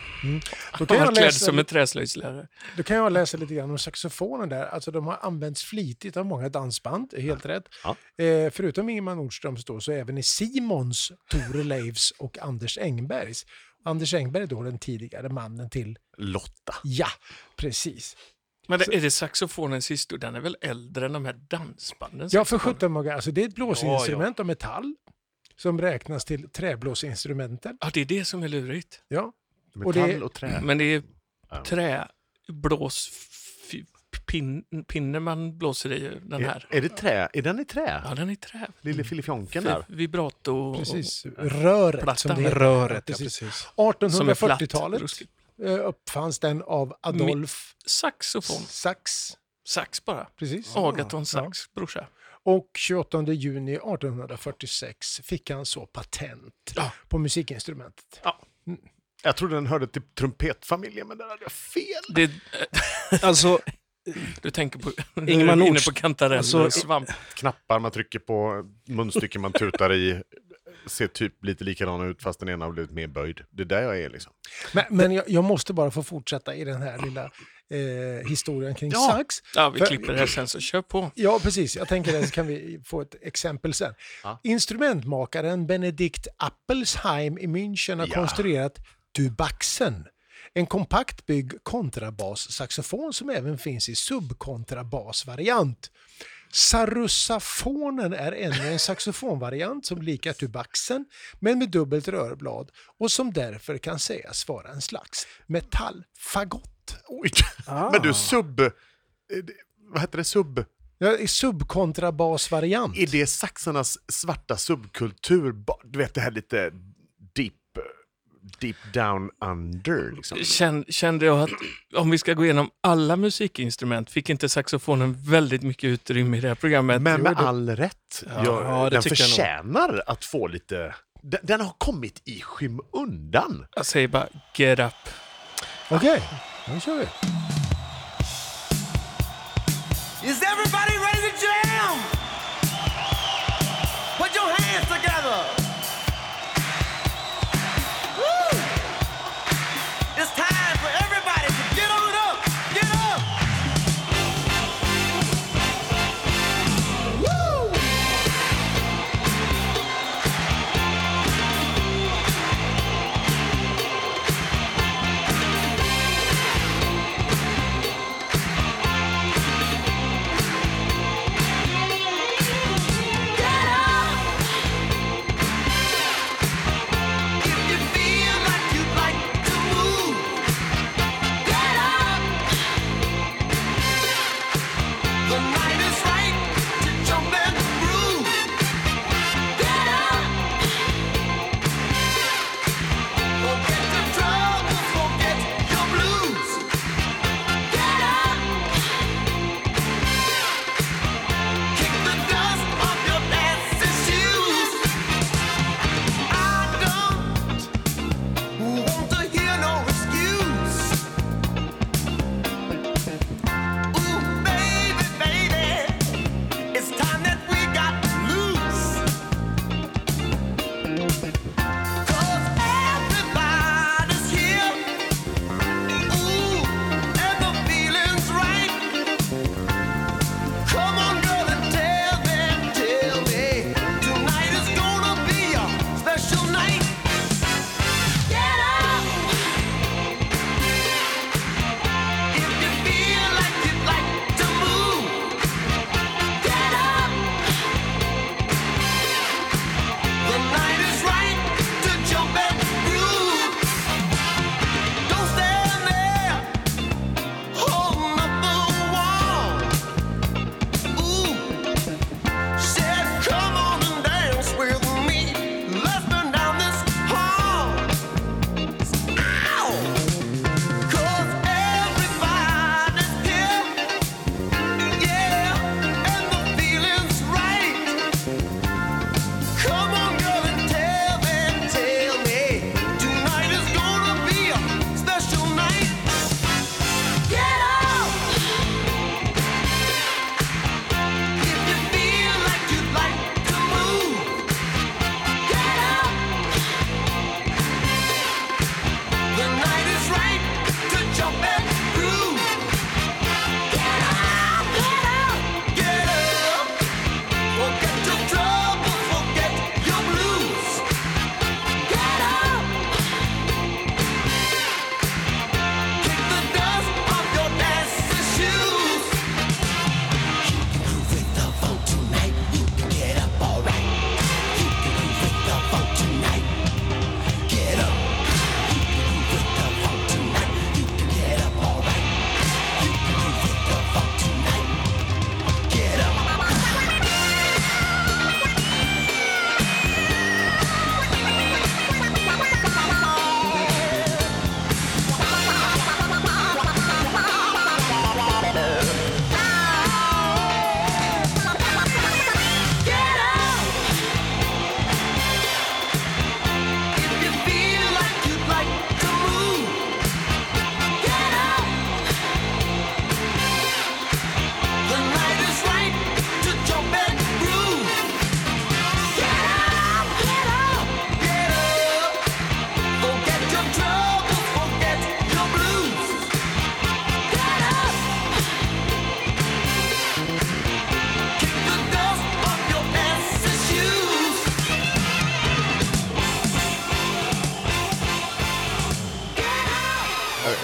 Speaker 1: Då kan
Speaker 4: Han
Speaker 1: jag
Speaker 4: var klädd
Speaker 1: läsa
Speaker 4: som en träslöjdslärare.
Speaker 1: Då kan jag läsa lite grann om saxofonen där. Alltså de har använts flitigt av många dansband, är helt rätt.
Speaker 2: Ja.
Speaker 1: Eh, förutom Ingemar Nordströms då, så även i Simons, Tore Leifs och Anders Engbergs. Anders Engberg är då den tidigare mannen till,
Speaker 2: Lotta.
Speaker 1: ja, precis.
Speaker 4: Men det, är det saxofonens historia? Den är väl äldre än de här dansbanden?
Speaker 1: Ja, för 17 många, alltså det är ett blåsinstrument av metall som räknas till träblåsinstrumenten.
Speaker 4: Ja, det är det som är lurigt.
Speaker 1: Ja. Och det-
Speaker 2: Metall och, trä.
Speaker 4: Men det är träblåspinne man blåser i den här.
Speaker 2: Är, är det trä? Är den i trä?
Speaker 4: Ja, Mm. den är i trä.
Speaker 2: Lille filifjonken där.
Speaker 4: Vibrato och,
Speaker 1: Precis, röret som
Speaker 4: Oh, Plattan.
Speaker 1: det heter.
Speaker 3: Röret, ja
Speaker 1: Precis.
Speaker 3: precis.
Speaker 4: som är platt.
Speaker 1: 1840-talet eh, uppfanns den av Adolf
Speaker 4: Saxofon.
Speaker 1: Sax.
Speaker 4: Sax bara.
Speaker 1: Precis.
Speaker 4: Agaton Sax, brorsa.
Speaker 1: Och 28 juni 1846 fick han så patent på musikinstrumentet.
Speaker 4: Ja.
Speaker 2: Jag trodde den hörde till trumpetfamiljen, men där hade jag fel.
Speaker 4: Det, eh,
Speaker 3: Alltså,
Speaker 4: du tänker på...
Speaker 3: Ingmar
Speaker 4: du är inne
Speaker 3: Nordst-
Speaker 4: på kantareller
Speaker 3: alltså,
Speaker 4: och svamp.
Speaker 2: Knappar man trycker på, munstycken man tutar i, ser typ lite likadana ut fast den ena har blivit mer böjd. Det är där jag är liksom.
Speaker 1: Men, men jag, jag måste bara få fortsätta i den här lilla eh, historien kring
Speaker 2: Ja.
Speaker 1: sax.
Speaker 4: Ja, vi
Speaker 1: För-
Speaker 4: klipper det här sen, så kör på.
Speaker 1: Ja, precis. Jag tänker det så kan vi få ett exempel sen. Instrumentmakaren Benedikt Appelsheim i München har
Speaker 2: Ja.
Speaker 1: konstruerat Dubaxen. En kompakt byggd kontrabassaxofon som även finns i subkontrabasvariant. Sarussafonen är ännu en saxofonvariant som likar tubaxen men med dubbelt rörblad och som därför kan sägas vara en slags metallfagott.
Speaker 2: Oj.
Speaker 4: Ah.
Speaker 2: Men du, sub... eh, det- Vad heter det? Sub...
Speaker 1: Ja, i subkontrabasvariant.
Speaker 2: Är det saxarnas svarta subkultur? Ba- Du vet det här lite deep, deep down under liksom.
Speaker 4: Känn- Kände jag att om vi ska gå igenom alla musikinstrument, fick inte saxofonen väldigt mycket utrymme i det här programmet?
Speaker 2: Men med all rätt. Jag,
Speaker 3: ja, det
Speaker 2: den
Speaker 3: tycker jag nog.
Speaker 2: förtjänar att få lite... Den, den har kommit i skymundan.
Speaker 4: Jag säger bara get up.
Speaker 1: Okej, nu kör vi.
Speaker 5: Is everybody ready to jam? Put your hands together. Woo! It's time for everybody to get on up. Get up. Woo!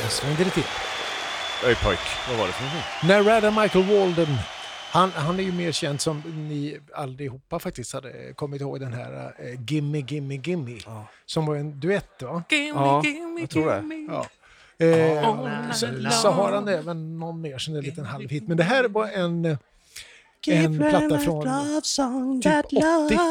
Speaker 1: Där svängde det till.
Speaker 2: Öj pojk, vad var det för någonting?
Speaker 1: När Radha Michael Walden, han, han är ju mer känd som ni allihopa faktiskt hade eh, kommit ihåg den här eh, Gimme Gimme Gimme,
Speaker 3: Ja.
Speaker 1: som var en duett va?
Speaker 4: Gimme,
Speaker 3: Ja,
Speaker 4: gimme,
Speaker 3: jag tror det.
Speaker 4: gimme.
Speaker 1: Ja. Eh,
Speaker 4: Oh,
Speaker 1: så,
Speaker 4: la, la.
Speaker 1: så har han även någon mer som är en liten halvhit, men det här var en, eh, en platta från...
Speaker 3: song,
Speaker 1: typ 80.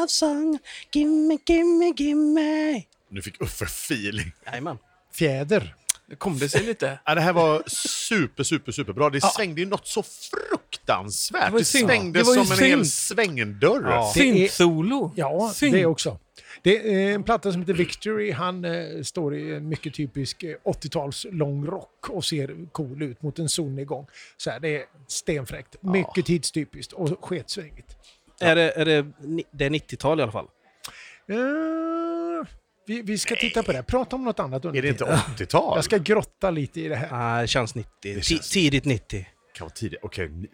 Speaker 3: song, gimme, gimme, gimme.
Speaker 2: Nu fick Uffe feeling.
Speaker 3: Jajamän.
Speaker 1: Fjäder.
Speaker 4: Nu kom det sig lite.
Speaker 2: Ja, det här var super, super, super bra. Det svängde ju något så fruktansvärt.
Speaker 4: Det var
Speaker 2: Det,
Speaker 4: ju synd.
Speaker 2: svängde
Speaker 4: Det var ju
Speaker 2: som en hel
Speaker 4: synd.
Speaker 2: svängdörr.
Speaker 1: Ja. Det är-
Speaker 4: Synth-solo.
Speaker 1: Ja,
Speaker 4: Synth.
Speaker 1: det också. Det är en platta som heter Victory. Han eh, står i en mycket typisk eh, 80-tals långrock och ser cool ut mot en solnedgång. Så här, det är stenfräckt. Mycket tidstypiskt och sketsvängigt.
Speaker 3: Är det, är det, ni- det är 90-tal i alla fall.
Speaker 1: Eh, vi, vi ska titta på det. här. Prata om något annat under
Speaker 2: Är det inte
Speaker 1: tiden.
Speaker 2: 80-tal?
Speaker 1: Jag ska grotta lite i det här.
Speaker 3: Nej, det känns 90. Ti-
Speaker 2: känns-
Speaker 3: Tidigt 90.
Speaker 2: kan vara tidigt. Okej, ni-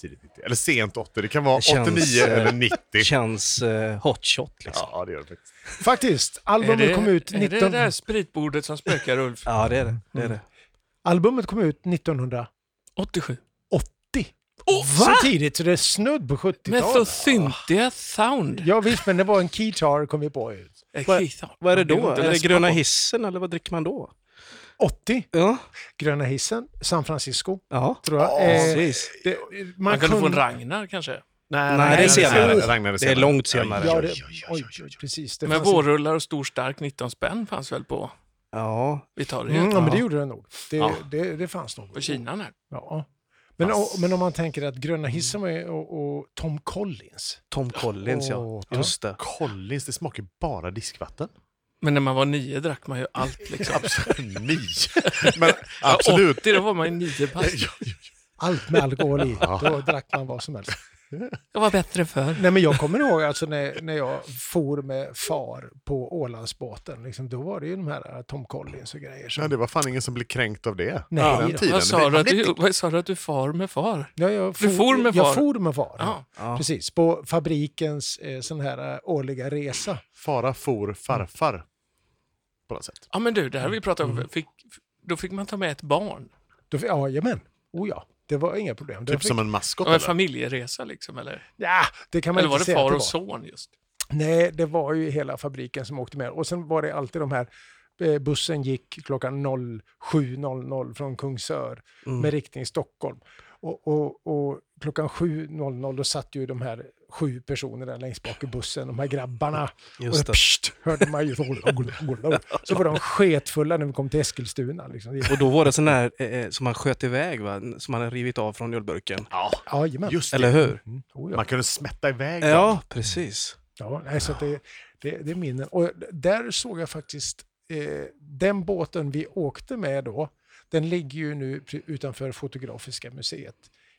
Speaker 2: tidigt 90. Eller sent 80. Det kan vara
Speaker 3: Det känns,
Speaker 2: 89
Speaker 3: eh,
Speaker 2: eller 90.
Speaker 3: Känns eh, hot shot liksom.
Speaker 2: Ja, det gör det faktiskt.
Speaker 1: Faktiskt,
Speaker 4: Är
Speaker 1: albumet
Speaker 4: det,
Speaker 1: kom ut
Speaker 4: är det det
Speaker 1: 19...
Speaker 4: där spritbordet som spökar, Ulf?
Speaker 3: Ja, det är det. det, är det.
Speaker 1: Albumet kom ut 1980.
Speaker 4: 87.
Speaker 1: Så tidigt, så det är snudd på 70-talet.
Speaker 4: Methosynthia sound.
Speaker 1: Ja, visst, men det var en keytar kom vi på. ut.
Speaker 4: Eh,
Speaker 3: vad-
Speaker 4: keytar.
Speaker 3: Vad är det
Speaker 4: går
Speaker 3: då?
Speaker 4: inte
Speaker 3: Är
Speaker 4: att
Speaker 3: det
Speaker 4: läsa
Speaker 3: gröna
Speaker 4: på.
Speaker 3: hissen eller vad dricker man då?
Speaker 1: 80,
Speaker 3: Ja,
Speaker 1: Gröna hissen, San Francisco.
Speaker 3: ja.
Speaker 1: tror jag. Eh,
Speaker 3: precis.
Speaker 1: det, man
Speaker 4: Man kan få en
Speaker 1: kunde-
Speaker 4: Ragnar kanske.
Speaker 2: Nej,
Speaker 3: Nej,
Speaker 2: Ragnar
Speaker 3: det är senare.
Speaker 2: Ragnar
Speaker 3: Det är långt senare.
Speaker 1: Ja, det,
Speaker 2: Oj, oj, oj, oj, oj.
Speaker 1: precis. Det
Speaker 4: Men
Speaker 1: fanns-
Speaker 4: vårrullar och stor stark 19 spänn fanns väl på
Speaker 3: Ja,
Speaker 4: Vitarien?
Speaker 1: Mm, ja, men det
Speaker 3: Ja.
Speaker 1: gjorde det nog. Det,
Speaker 2: Ja.
Speaker 1: det, det fanns nog.
Speaker 4: På Kina? Nej.
Speaker 1: Ja. Men,
Speaker 2: Fast-
Speaker 1: och, men om man tänker att Gröna hissen var ju- och, och Tom Collins.
Speaker 3: Tom Collins
Speaker 2: Åh,
Speaker 3: ja.
Speaker 2: Tom
Speaker 3: Just det.
Speaker 2: Collins, det smakar ju bara diskvatten.
Speaker 4: Men när man var nio drack man ju allt. Liksom.
Speaker 2: Nej. Men absolut.
Speaker 4: 80, då var man ju nio pass.
Speaker 1: Allt med alkohol i.
Speaker 2: Ja.
Speaker 1: Då drack man vad som helst.
Speaker 4: Jag var bättre förr.
Speaker 1: Nej, men jag kommer ihåg alltså när, när jag for med far på Ålandsbåten. Liksom, då var det ju de här Tom Collins och grejer.
Speaker 2: Ja,
Speaker 1: Som,
Speaker 2: det var fan ingen som blev kränkt av det.
Speaker 1: Nej,
Speaker 2: på
Speaker 1: då.
Speaker 2: den tiden.
Speaker 4: Vad sa,
Speaker 2: Men-
Speaker 4: du att du, vad sa du att du far med far?
Speaker 1: ja, jag
Speaker 4: Du for med far?
Speaker 1: Jag for med far.
Speaker 4: Ja.
Speaker 3: Ja.
Speaker 1: Precis, på fabrikens eh, sån här eh, årliga resa.
Speaker 2: Fara for farfar. På något sätt.
Speaker 4: ja, men du, det här vi pratade
Speaker 2: Mm.
Speaker 4: om. Fick, då fick man ta med ett barn.
Speaker 1: Då, fick- ja, jajamän, oh ja, det var inga problem. Då
Speaker 2: Typ
Speaker 1: fick-
Speaker 2: som en maskot
Speaker 4: Det var en
Speaker 2: eller?
Speaker 4: familjeresa liksom, eller?
Speaker 1: Ja, det kan man
Speaker 4: Eller
Speaker 1: inte
Speaker 4: var det
Speaker 1: säga att
Speaker 4: far
Speaker 1: det
Speaker 4: och
Speaker 1: var.
Speaker 4: son just?
Speaker 1: Nej, det var ju hela fabriken som åkte med. Och sen var det alltid de här, eh, bussen gick klockan 07.00 från Kungsör
Speaker 3: Mm.
Speaker 1: med riktning Stockholm. Och, och, och klockan 7.00 då satt ju de här sju personerna längst bak i bussen, de här grabbarna.
Speaker 3: Just
Speaker 1: och
Speaker 3: det.
Speaker 1: det. Pst, hörde man ju. Så var de sketfulla när vi kom till Eskilstuna. Liksom.
Speaker 3: Och då var det sån där eh, som man sköt iväg va? Som man hade rivit av från ölburken.
Speaker 2: Ja,
Speaker 1: Jajamän.
Speaker 2: just det.
Speaker 3: Eller hur?
Speaker 1: Mm, oh ja.
Speaker 2: Man kunde smätta iväg dem.
Speaker 3: Ja, precis.
Speaker 1: Ja, nej, så att det, det, det är minnen. Och där såg jag faktiskt eh, den båten vi åkte med då. Den ligger ju nu pr- utanför Fotografiska museet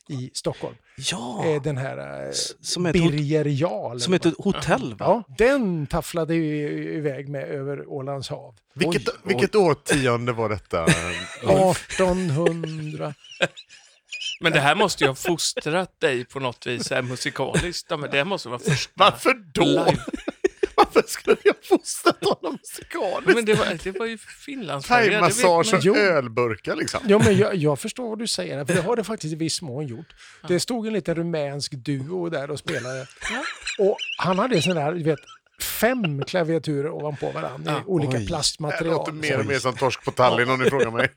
Speaker 1: i Stockholm.
Speaker 3: Ja!
Speaker 1: Eh, den här eh,
Speaker 3: S- som ett, hot-
Speaker 1: Birger Jarl.
Speaker 3: som ett hotell va?
Speaker 1: Ja, den tafflade ju iväg med över Ålands hav.
Speaker 2: Vilket,
Speaker 3: Oj, oj.
Speaker 2: vilket årtionde var detta?
Speaker 1: 1800...
Speaker 4: Men det här måste ju ha fostrat dig på något vis här, musikaliskt. Ja, men det här måste vara första
Speaker 2: Varför då?
Speaker 4: live.
Speaker 2: Varför skulle jag fostrat honom
Speaker 4: Ja, Men
Speaker 2: musikaliskt?
Speaker 4: det var, det var ju Finlandsfärja. det vet
Speaker 2: Thaimassage
Speaker 4: man ju.
Speaker 2: och ölburkar liksom.
Speaker 1: Ja, men jag, jag förstår vad du säger, för det har det faktiskt i viss mån gjort. Det stod en liten rumänsk duo där och spelade. Och han hade sån där, du vet, fem klaviaturer ovanpå varandra i
Speaker 4: Ja.
Speaker 1: olika
Speaker 3: Oj.
Speaker 2: Det
Speaker 1: plastmaterial.
Speaker 2: låter mer och mer som torsk på Tallinn om ni frågar mig.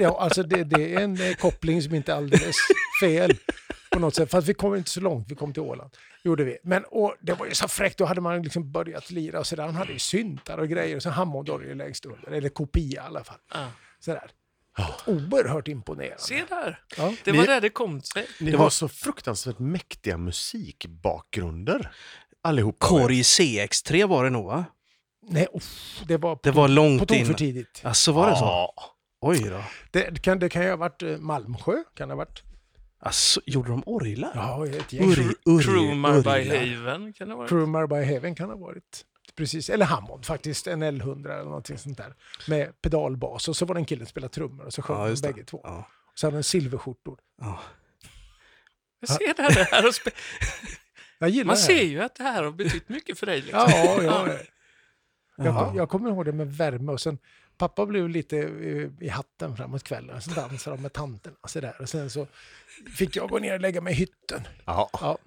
Speaker 1: Ja, alltså det, det är en eh, koppling som inte är alldeles fel på något sätt. Fast vi kom inte så långt, vi kom till Åland. Gjorde vi. Men och det var ju så fräckt, då hade man liksom börjat lira och sådär. Han hade ju syntar och grejer och så hammondorgel längst under, eller kopia i alla fall.
Speaker 4: Ja.
Speaker 1: Sådär. Oerhört imponerande.
Speaker 4: Se där.
Speaker 1: Ja.
Speaker 4: Det var där det kom sig.
Speaker 2: Ni har så fruktansvärt mäktiga musikbakgrunder. Allihopa.
Speaker 3: Korg CX3 var det nog va?
Speaker 1: Nej, uff, det var på,
Speaker 3: Det var
Speaker 1: på
Speaker 3: långt
Speaker 1: tok för
Speaker 3: in.
Speaker 1: tidigt.
Speaker 3: Alltså var det så?
Speaker 2: Ja.
Speaker 3: Oj då.
Speaker 1: Det kan, det kan ju ha varit eh, Malmsjö. Kan det ha varit?
Speaker 3: Alltså, gjorde de orglar?
Speaker 1: Ja, ett gäng.
Speaker 3: Uri, uri,
Speaker 4: Crewmar by
Speaker 3: urlar.
Speaker 4: Haven kan det vara.
Speaker 1: Croomer by Heaven kan det ha varit. Precis, eller Hammond faktiskt, en L100 eller någonting sånt där. Med pedalbas och så var det en kille som spelade trummor och så sjöng
Speaker 3: Ja,
Speaker 1: de
Speaker 3: just det.
Speaker 1: bägge två.
Speaker 3: Ja.
Speaker 1: Så hade de silverskjortor.
Speaker 3: Ja.
Speaker 4: Se där det här. har spe-
Speaker 1: Jag gillar
Speaker 4: Man
Speaker 1: det här.
Speaker 4: ser ju att det här har betytt mycket för dig. Liksom.
Speaker 1: Ja, ja, ja. Jag, jag kommer ihåg det med värme och sen pappa blev lite eh, i hatten framåt kvällen och så dansade de med tanterna och så där. Och sen så fick jag gå ner och lägga mig i hytten.
Speaker 2: Jaha.
Speaker 1: Ja,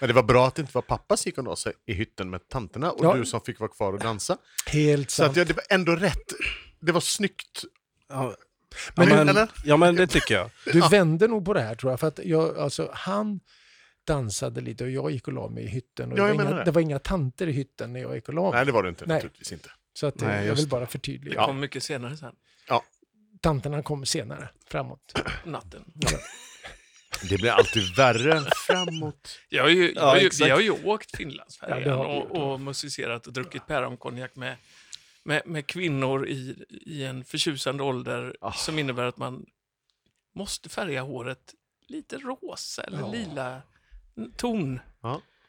Speaker 2: Men det var bra att det inte var pappa som gick och la sig i hytten med tanterna och
Speaker 1: Ja.
Speaker 2: du som fick vara kvar och dansa.
Speaker 1: helt
Speaker 2: Så att
Speaker 1: sant.
Speaker 2: jag, det var ändå rätt. Det var snyggt.
Speaker 3: Ja,
Speaker 2: Men-
Speaker 3: ja, men,
Speaker 2: eller?
Speaker 3: ja, men det tycker jag.
Speaker 1: Du vände nog på det här tror jag, för att jag, alltså, han dansade lite och jag gick och la mig i hytten. Och
Speaker 2: Ja,
Speaker 1: det,
Speaker 2: jag
Speaker 1: var inga,
Speaker 2: menar det.
Speaker 1: det var inga tanter i hytten när jag gick och la mig.
Speaker 2: Nej, det var det inte.
Speaker 1: Nej.
Speaker 2: Naturligtvis inte.
Speaker 1: Så att, eh,
Speaker 3: Nej,
Speaker 1: jag
Speaker 3: just
Speaker 1: vill bara
Speaker 4: Det
Speaker 1: förtydliga.
Speaker 4: kom mycket senare sen.
Speaker 1: Tanterna kom senare, framåt.
Speaker 4: Natten.
Speaker 2: Det blir alltid värre framåt.
Speaker 4: Jag har ju, jag
Speaker 3: Ja,
Speaker 4: har ju,
Speaker 3: exakt.
Speaker 4: vi har ju åkt
Speaker 1: Ja, det
Speaker 4: Finlandsfärjan
Speaker 1: har vi gjort,
Speaker 4: och, och musicerat och druckit päronkonjak med, med, med kvinnor i, i en förtjusande ålder som innebär att man måste färga håret lite rosa eller lila ton.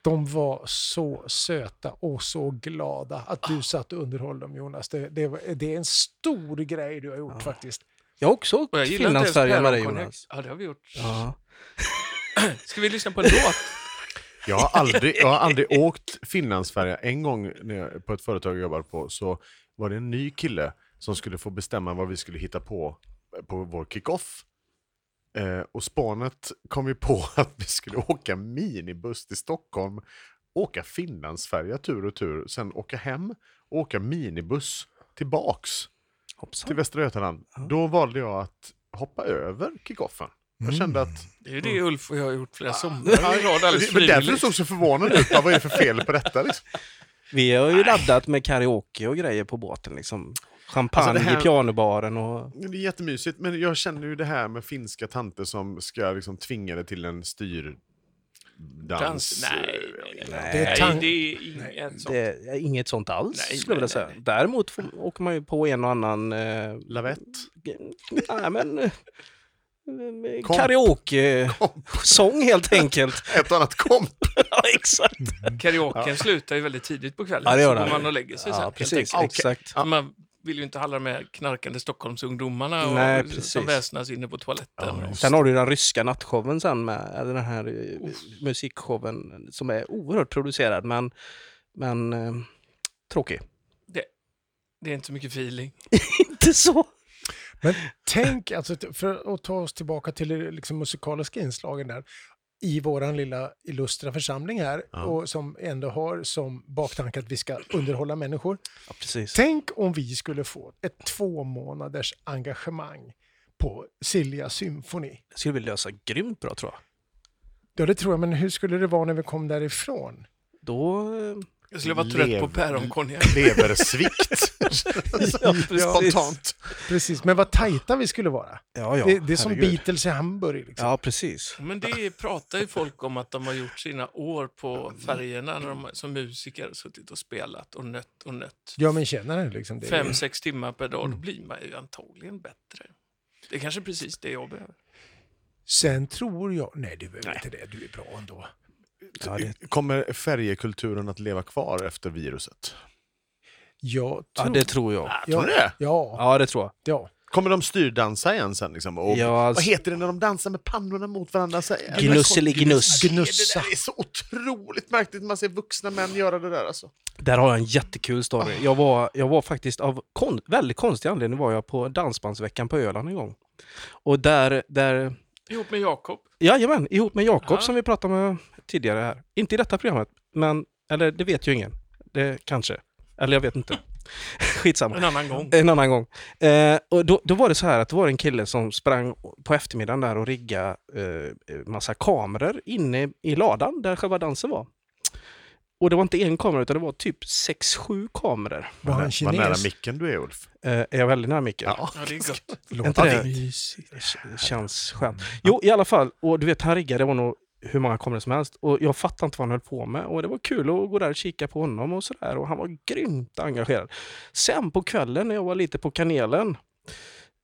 Speaker 1: De var så söta och så glada att
Speaker 2: Ah.
Speaker 1: du satt och underhöll dem, Jonas. Det, det, var- det är en stor grej du har gjort faktiskt.
Speaker 3: Jag har också
Speaker 4: Och jag
Speaker 3: åkt
Speaker 4: gillar inte ens
Speaker 3: Finlandsfärjan med dig
Speaker 4: päronkonjak.
Speaker 3: Jonas.
Speaker 4: Ja, det har vi gjort.
Speaker 3: Ja.
Speaker 4: Ska vi lyssna på en låt?
Speaker 2: Jag har aldrig, jag har aldrig åkt Finlandsfärja. En gång när jag, på ett företag jag jobbade på så var det en ny kille som skulle få bestämma vad vi skulle hitta på eh, på vår kick-off. Eh, och spånet kom ju på att vi skulle åka minibuss till Stockholm, åka Finlandsfärja tur och tur, sen åka hem och åka minibuss tillbaks till
Speaker 3: Hoppsan.
Speaker 2: Västra Götaland. Då valde jag att hoppa över kickoffen. Jag kände att...
Speaker 4: Det är ju det Ulf och jag har gjort flera somrar i rad alldeles
Speaker 2: Men därför du
Speaker 4: frivilligt.
Speaker 2: såg så förvånad ut. Bara, Vad är det för fel på detta? Liksom?
Speaker 3: Vi har ju laddat med karaoke och grejer på båten liksom. Champagne
Speaker 2: Alltså, det här-
Speaker 3: i pianobaren och...
Speaker 2: Det är jättemysigt, men jag känner ju det här med finska tanter som ska liksom tvinga det till en styrdans. eh,
Speaker 4: Dans. Nej, nej, nej.
Speaker 1: Det är
Speaker 4: Nej,
Speaker 1: tan-
Speaker 4: det är inget sånt.
Speaker 3: Det är inget sånt alls,
Speaker 4: Nej,
Speaker 3: skulle jag vilja
Speaker 4: nej,
Speaker 3: säga.
Speaker 4: nej,
Speaker 3: Däremot får, åker man ju på en och annan... Eh,
Speaker 2: Lavett.
Speaker 3: g- nej, men... eh, eh,
Speaker 2: Komp. Komp.
Speaker 3: Karaoke-sång helt enkelt.
Speaker 2: Ett och annat komp.
Speaker 3: ja, exakt.
Speaker 4: Karaoken slutar ju väldigt tidigt på kvällen.
Speaker 3: Ja, det gör
Speaker 4: så
Speaker 3: den.
Speaker 4: går man och lägger sig sen.
Speaker 3: Ja,
Speaker 4: helt
Speaker 3: precis.
Speaker 4: enkelt.
Speaker 2: Okej.
Speaker 3: Exakt.
Speaker 4: Men Man vill ju inte halla med knarkande Stockholmsungdomarna och,
Speaker 3: Nej,
Speaker 4: som
Speaker 3: precis.
Speaker 4: väsnas inne på toaletten.
Speaker 2: Ja,
Speaker 3: Sen har du ju den ryska nattshowen sen med eller den här eh, musikshowen som är oerhört producerad men, men eh, tråkig.
Speaker 4: Det är inte så mycket feeling.
Speaker 3: Inte så.
Speaker 1: Men tänk, alltså, t- för att ta oss tillbaka till det liksom, musikaliska inslagen där, i våran lilla illustra församling här,
Speaker 2: Ja.
Speaker 1: och som ändå har som baktanke att vi ska underhålla människor.
Speaker 3: Ja, precis.
Speaker 1: Tänk om vi skulle få ett två månaders engagemang på Silja Symfoni.
Speaker 3: Det skulle vi lösa grymt bra tror jag.
Speaker 1: Ja, det tror jag, men hur skulle det vara när vi kom därifrån?
Speaker 3: Då... eh,
Speaker 4: Jag skulle vara
Speaker 2: Lev-
Speaker 4: trött på päronkonjak.
Speaker 2: Leversvikt. Spontant.
Speaker 1: Precis, men vad tajta vi skulle vara.
Speaker 3: Ja, ja.
Speaker 1: det, det är som
Speaker 3: herregud.
Speaker 1: Beatles i Hamburg. Liksom.
Speaker 3: Ja, precis.
Speaker 4: Men det pratar ju folk om att de har gjort sina år på färgerna när de som musiker har suttit och spelat och nött och nött.
Speaker 1: Ja, men känner det liksom. Det är-
Speaker 4: Fem, sex timmar per dag,
Speaker 3: Mm.
Speaker 4: då blir man ju antagligen bättre. Det är kanske precis det jag behöver.
Speaker 1: Sen tror jag... Nej, du behöver inte det. Du är bra ändå.
Speaker 3: Ja, det,
Speaker 2: Kommer färjekulturen att leva kvar efter viruset?
Speaker 1: Jag
Speaker 3: ja,
Speaker 1: tror...
Speaker 3: det tror jag.
Speaker 1: Ja.
Speaker 2: Tror du det?
Speaker 1: Ja,
Speaker 3: Ja, det tror jag.
Speaker 1: ja.
Speaker 2: Kommer de styrdansa igen sen? Liksom? Och,
Speaker 3: Ja, alltså-
Speaker 2: Vad heter det när de dansar med pannorna mot varandra? Så-
Speaker 3: Gnusseligenuss.
Speaker 2: Det där är så otroligt märkligt när man ser vuxna män göra det där. Alltså.
Speaker 3: Där har jag en jättekul story. Jag var, jag var faktiskt av kon, väldigt konstig anledning var jag på Dansbandsveckan på Öland en gång. Och där, där
Speaker 4: Ihop med Jakob.
Speaker 3: Jajamän, ihop med Jakob
Speaker 4: Ja.
Speaker 3: som vi pratade med tidigare här. Inte i detta programmet, men eller det vet ju ingen. Det kanske. Eller jag vet inte. Skitsamma.
Speaker 4: En annan gång.
Speaker 3: En annan gång. Eh, och då, då var det så här att det var en kille som sprang på eftermiddagen där och riggade eh, massa kameror inne i ladan där själva dansen var. Och det var inte en kamera utan det var typ sex sju kameror.
Speaker 1: Var han
Speaker 2: Vad nära
Speaker 1: kines?
Speaker 2: micken du är, Ulf.
Speaker 3: Eh, är jag väldigt nära micken?
Speaker 4: Ja, det är gott.
Speaker 3: Är
Speaker 1: Låter
Speaker 3: inte det-
Speaker 1: det?
Speaker 3: det känns skönt.
Speaker 4: Mm.
Speaker 3: Jo, i alla fall. Och du vet, han riggade, det var nog hur många kameror som helst. Och jag fattade inte vad han höll på med. Och det var kul att gå där och kika på honom och sådär. Och han var grymt engagerad. Sen på kvällen när jag var lite på kanelen,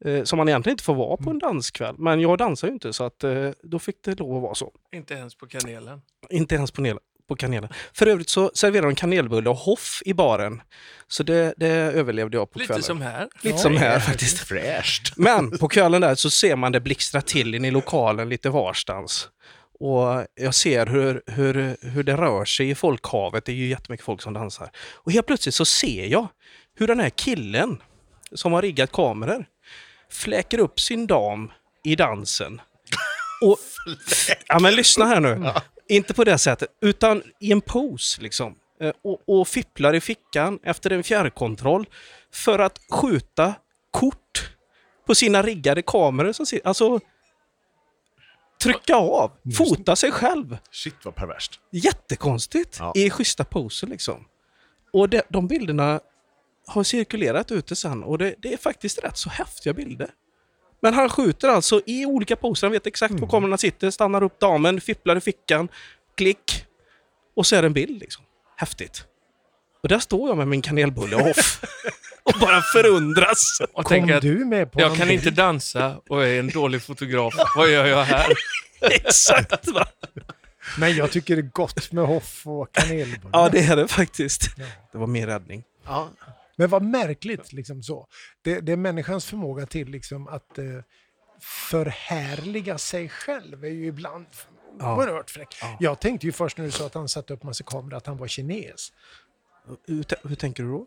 Speaker 3: eh, som man egentligen inte får vara på en
Speaker 4: Mm.
Speaker 3: danskväll. Men jag dansar ju inte så att eh, då fick det lov att vara så.
Speaker 4: Inte ens på kanelen.
Speaker 3: Inte ens på, nel- på kanelen. För övrigt så serverade de kanelbulle och hoff i baren. Så det, det överlevde jag på
Speaker 4: Lite
Speaker 3: kvällen.
Speaker 4: som här.
Speaker 3: Lite som här faktiskt.
Speaker 2: Fräscht.
Speaker 3: Men på kvällen där så ser man det blixtra till in i lokalen lite varstans. Och jag ser hur, hur, hur det rör sig i folkhavet. Det är ju jättemycket folk som dansar. Och helt plötsligt så ser jag hur den här killen som har riggat kameror fläker upp sin dam i dansen. Och, ja men lyssna här nu. Inte på det sättet, utan i en pose liksom. Eh, Och, och fipplar i fickan efter en fjärrkontroll för att skjuta kort på sina riggade kameror. Som, si- alltså, trycka av, fota sig själv.
Speaker 2: Shit vad perverst.
Speaker 3: Jättekonstigt
Speaker 2: Ja.
Speaker 3: i schyssta poser liksom. Och de, de bilderna har cirkulerat ute sen och det, det är faktiskt rätt så häftiga bilder. Men han skjuter alltså i olika poser, han vet exakt var kamerorna sitter, stannar upp damen, fipplar i fickan, klick. Och så är det en bild liksom. Häftigt. Och där står jag med min kanelbulle off och bara förundras.
Speaker 4: Och
Speaker 1: Kom
Speaker 4: tänker att
Speaker 1: du med på
Speaker 4: jag
Speaker 1: en
Speaker 4: kan
Speaker 1: bild?
Speaker 4: inte dansa och är en dålig fotograf. Vad gör jag här?
Speaker 3: exakt va?
Speaker 1: Men jag tycker det är gott med hoff och kanelbulle.
Speaker 3: Ja, det är det faktiskt. Det var min räddning.
Speaker 2: Ja.
Speaker 1: Men vad märkligt liksom så. Det, det är människans förmåga till liksom att eh, förhärliga sig själv är ju ibland
Speaker 3: Ja.
Speaker 1: oerhört fräck. Jag tänkte ju först när du sa att han satte upp massa kameror att han var kines.
Speaker 3: Hur, t- hur tänker du då?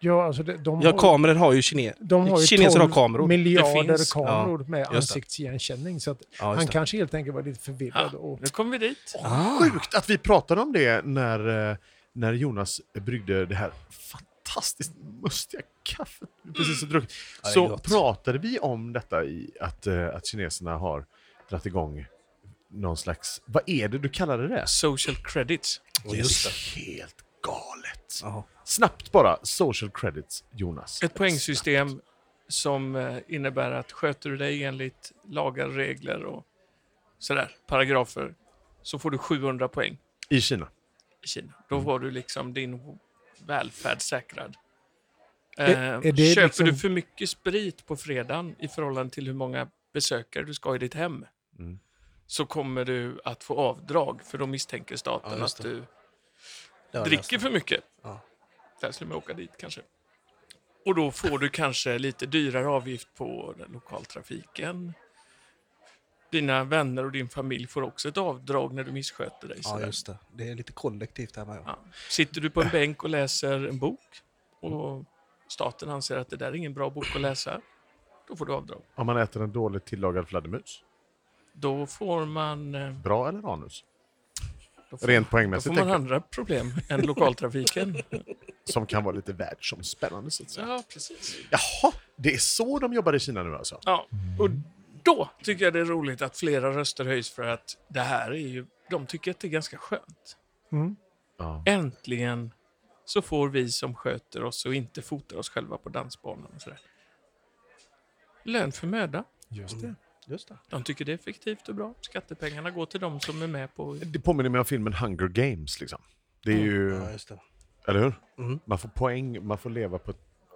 Speaker 1: Ja, alltså det, de
Speaker 3: Ja,
Speaker 1: har-
Speaker 3: kameror har ju kine...
Speaker 1: De har ju
Speaker 3: kineser
Speaker 1: 12
Speaker 3: har kameror.
Speaker 4: Det
Speaker 1: miljarder
Speaker 4: finns.
Speaker 1: kameror med
Speaker 3: det.
Speaker 1: ansiktsigenkänning. Så att
Speaker 3: Ja, just
Speaker 1: han
Speaker 3: det.
Speaker 1: kanske helt enkelt var lite förvirrad. Och,
Speaker 4: Nu kommer vi dit.
Speaker 2: Sjukt att vi pratade om det när, eh, när Jonas bryggde det här fantastiskt mustiga kaffet vi precis har druckit.
Speaker 3: Mm. det är
Speaker 2: Så
Speaker 3: gott.
Speaker 2: pratade vi om detta i att, eh, att kineserna har dragit igång någon slags, vad är det du kallade det?
Speaker 4: Social credits.
Speaker 2: Det är helt galet.
Speaker 3: Ja.
Speaker 2: Snabbt bara, social credits, Jonas.
Speaker 4: Ett poängsystem som eh, innebär att sköter du dig enligt lagar, regler och sådär, paragrafer, så får du 700 poäng
Speaker 2: I Kina.
Speaker 4: i Kina. Då
Speaker 3: Mm.
Speaker 4: var du liksom din välfärd säkrad.
Speaker 1: Är-
Speaker 4: Eh,
Speaker 1: är det
Speaker 4: köper
Speaker 1: liksom-
Speaker 4: du för mycket sprit på fredagen i förhållande till hur många besökare du ska ha i ditt hem
Speaker 2: Mm.
Speaker 4: så kommer du att få avdrag för då misstänker staten
Speaker 3: Ja, just
Speaker 4: att
Speaker 3: det.
Speaker 4: du
Speaker 3: Det har jag
Speaker 4: dricker för mycket.
Speaker 3: Ja.
Speaker 4: Där skulle man åka dit kanske. Och då får du kanske lite dyrare avgift på den lokaltrafiken. Dina vänner och din familj får också ett avdrag när du missköter dig.
Speaker 3: läst.
Speaker 4: sådär.
Speaker 3: Ja, just det. Det är lite kollektivt här med.
Speaker 4: Ja. Sitter du på en bänk och läser en bok och staten anser att det där är ingen bra bok att läsa, då får du avdrag.
Speaker 2: Om man äter en dåligt tillagad fladdermus,
Speaker 4: Då får man, eh,
Speaker 2: bra eller anus?
Speaker 4: då får,
Speaker 2: Rent
Speaker 4: då får
Speaker 2: poängmässigt,
Speaker 4: man
Speaker 2: tänker jag,
Speaker 4: andra problem än lokaltrafiken.
Speaker 2: som kan vara lite världsomspännande. Så att säga.
Speaker 4: Ja, precis.
Speaker 2: Jaha, det är så de jobbar i Kina nu alltså?
Speaker 4: Ja, och då tycker jag det är roligt att flera röster höjs för att det här är ju, de tycker att det är ganska skönt.
Speaker 2: Ja.
Speaker 4: Äntligen så får vi som sköter oss och inte fotar oss själva på dansbanan och sådär. Lön för möda.
Speaker 1: just det.
Speaker 3: Just det.
Speaker 4: De tycker det är effektivt och bra. Skattepengarna går till de som är med på...
Speaker 2: Det påminner mig om filmen Hunger Games. Liksom. Det är ju,
Speaker 3: Mm. Ja, just det.
Speaker 2: eller hur?
Speaker 3: Mm.
Speaker 2: Man får poäng, man får leva på...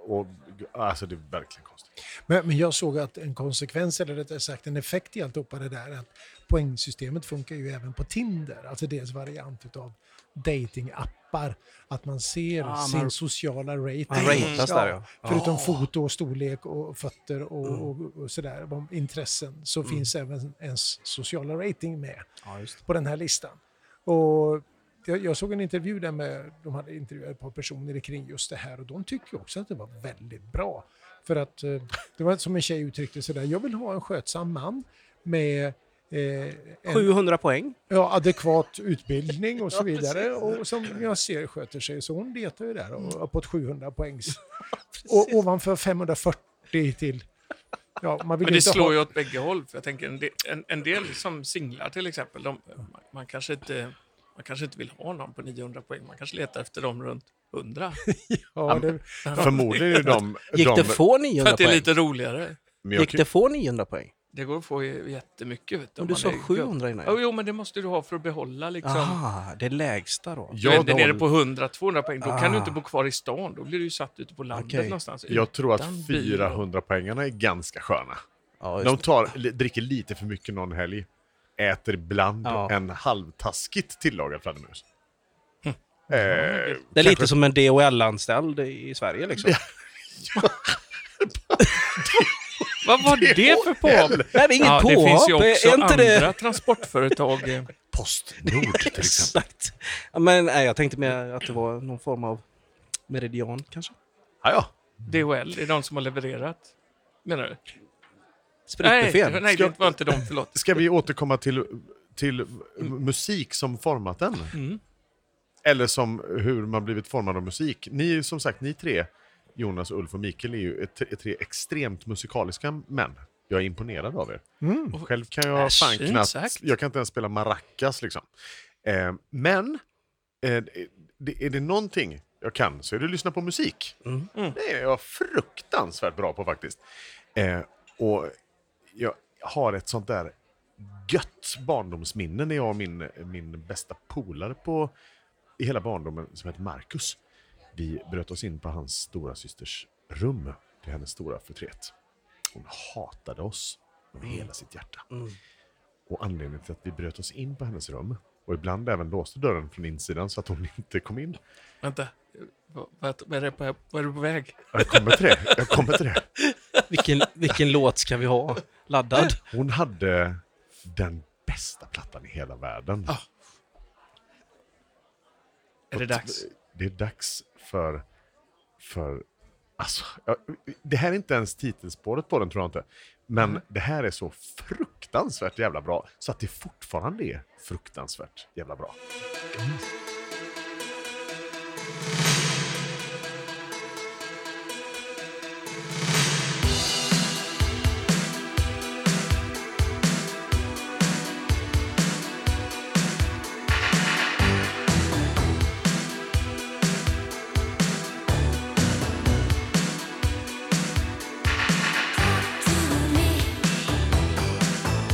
Speaker 2: Och, alltså det är verkligen konstigt.
Speaker 1: Men, men jag såg att en konsekvens, eller rättare sagt en effekt i alltihopa det där, är att poängsystemet funkar ju även på Tinder. Alltså deras variant utav datingappar. Att man ser
Speaker 3: Ah,
Speaker 1: sin
Speaker 3: man-
Speaker 1: sociala rating.
Speaker 3: man ratas där, ja. Mm.
Speaker 1: Förutom
Speaker 3: Ah.
Speaker 1: foto och storlek och fötter och, och, och sådär, vad- intressen, så finns även ens sociala rating med
Speaker 3: Mm. Ja, just det.
Speaker 1: på den här listan. Och jag, jag såg en intervju där med, de hade intervjuat ett par personer kring just det här och de tyckte också att det var väldigt bra. För att eh, det var som en tjej uttryckte sådär, jag vill ha en skötsam man med eh, en
Speaker 3: 700 poäng.
Speaker 1: ja, adekvat utbildning och så
Speaker 3: Ja, precis.
Speaker 1: vidare och som jag ser sköter sig. Så hon letar ju där
Speaker 4: Mm.
Speaker 1: och, på ett 700 poängs och ovanför 540 till Ja, man vill
Speaker 4: Men det
Speaker 1: inte ha...
Speaker 4: slår ju åt bägge håll. För jag tänker en del, en, en del som singlar till exempel, de, man, man, kanske inte, man kanske inte vill ha någon på 900 poäng. Man kanske letar efter dem runt 100.
Speaker 1: Ja, det,
Speaker 2: Förmodligen är ju de...
Speaker 3: Gick
Speaker 2: de,
Speaker 3: det få
Speaker 4: För
Speaker 3: 900
Speaker 4: att det är
Speaker 3: poäng?
Speaker 4: lite roligare.
Speaker 2: men jag,
Speaker 3: Gick det få 900 poäng?
Speaker 4: Det går att få ju jättemycket. Vet du,
Speaker 3: Men
Speaker 4: om
Speaker 3: du
Speaker 4: man
Speaker 3: sa
Speaker 4: är-
Speaker 3: 700 innan.
Speaker 4: Jo, jo, men det måste du ha för att behålla liksom.
Speaker 3: Aha, det lägsta då.
Speaker 4: Du är
Speaker 2: jag,
Speaker 4: inte nere
Speaker 2: jag,
Speaker 4: på 100-200 poäng, då kan du
Speaker 3: Ah.
Speaker 4: inte bo kvar i stan. Då blir du ju satt ute på landet
Speaker 3: Okej.
Speaker 4: någonstans.
Speaker 2: jag tror att
Speaker 4: utan bil.
Speaker 2: 400-poängarna är ganska sköna.
Speaker 3: Ja, just
Speaker 2: De
Speaker 3: det.
Speaker 2: tar, li- dricker lite för mycket någon helg, äter ibland
Speaker 3: Ja.
Speaker 2: en halvtaskigt tillagad fladdermus.
Speaker 3: Hm.
Speaker 2: Eh,
Speaker 3: det är lite som en DHL-anställd i Sverige liksom.
Speaker 4: Vad var det för påhopp?
Speaker 3: Nej, det är inget
Speaker 4: Ja, det
Speaker 3: påhopp.
Speaker 4: finns ju också
Speaker 3: är inte det...
Speaker 4: andra transportföretag. eh,
Speaker 2: Postnord till exempel.
Speaker 3: Exakt. Ja, Men nej, jag tänkte mer att det var någon form av meridian kanske.
Speaker 2: Ja, ja.
Speaker 4: DHL, det är de som har levererat. Menar du? Nej,
Speaker 3: Spritbuffén.
Speaker 4: nej det var inte de, förlåt.
Speaker 2: Ska vi återkomma till, till musik som format den?
Speaker 4: Mm.
Speaker 2: Eller som hur man blivit formad av musik. Ni är ju som sagt, ni tre, Jonas, Ulf och Mikael, är ju ett, ett tre extremt musikaliska män. Jag är imponerad av er. Själv kan jag
Speaker 4: Äsch,
Speaker 2: fan
Speaker 4: Mm. Äh, fint
Speaker 2: knappt,
Speaker 4: sagt.
Speaker 2: jag kan inte ens spela maracas liksom. Eh, men, eh, det, är det någonting jag kan så är det att lyssna på musik.
Speaker 4: Mm.
Speaker 2: Det är jag fruktansvärt bra på faktiskt. Eh, och jag har ett sånt där gött barndomsminne när jag och min, min bästa polare på, i hela barndomen, som heter Marcus, vi bröt oss in på hans stora systers rum till hennes stora förtret. Hon hatade oss av hela sitt hjärta. Och anledningen till att vi bröt oss in på hennes rum och ibland även låste dörren från insidan så att hon inte kom in.
Speaker 4: Vänta. Vad- Vad vad är det på- vad är du på väg?
Speaker 2: Jag kommer till det. Jag kommer till det.
Speaker 3: Vilken, vilken låt ska vi ha laddad?
Speaker 2: Hon hade den bästa plattan i hela världen.
Speaker 4: Är det dags?
Speaker 2: Det är dags för... för alltså, ja, det här är inte ens titelspåret på den, tror jag inte. Men det här är så fruktansvärt jävla bra, så att det fortfarande är fruktansvärt jävla bra.
Speaker 6: Talk to me.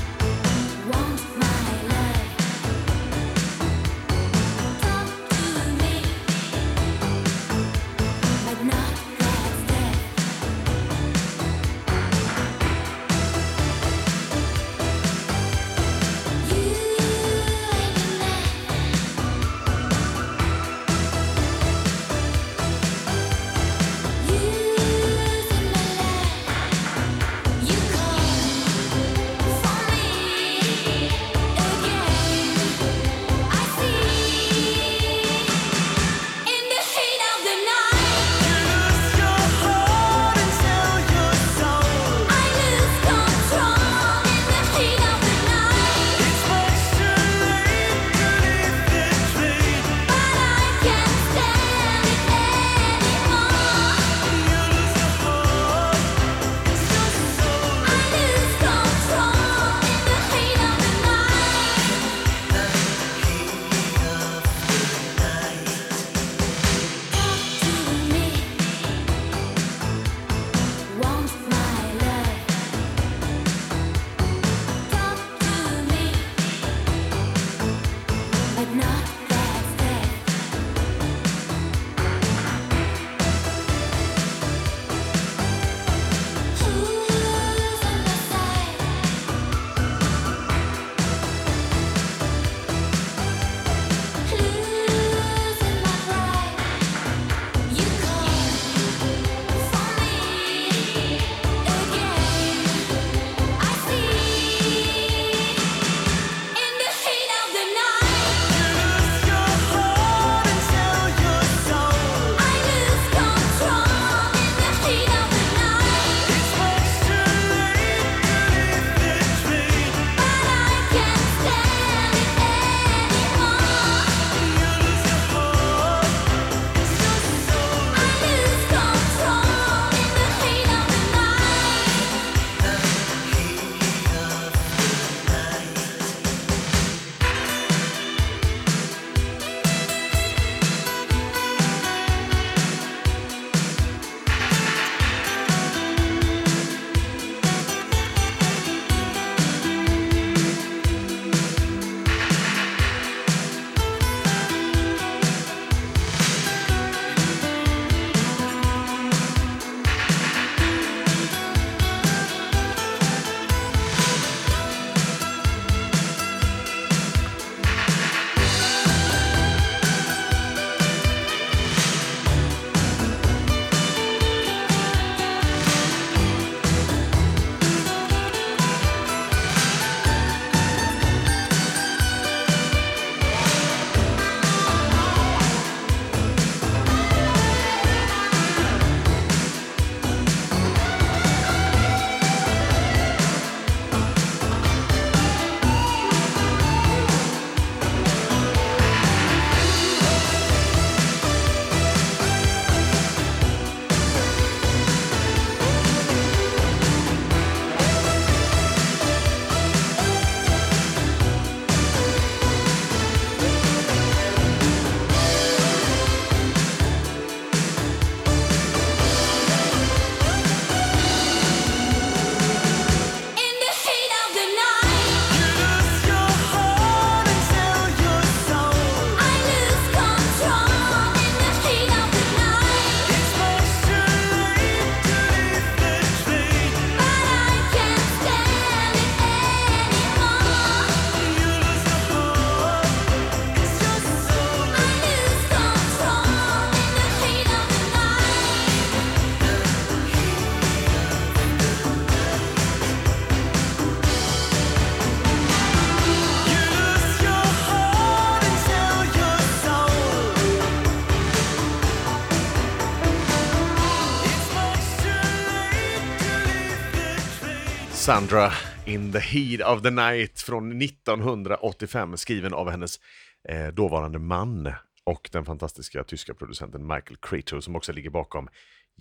Speaker 2: Sandra in the heat of the night från 1985 skriven av hennes eh, dåvarande man och den fantastiska tyska producenten Michael Cretu som också ligger bakom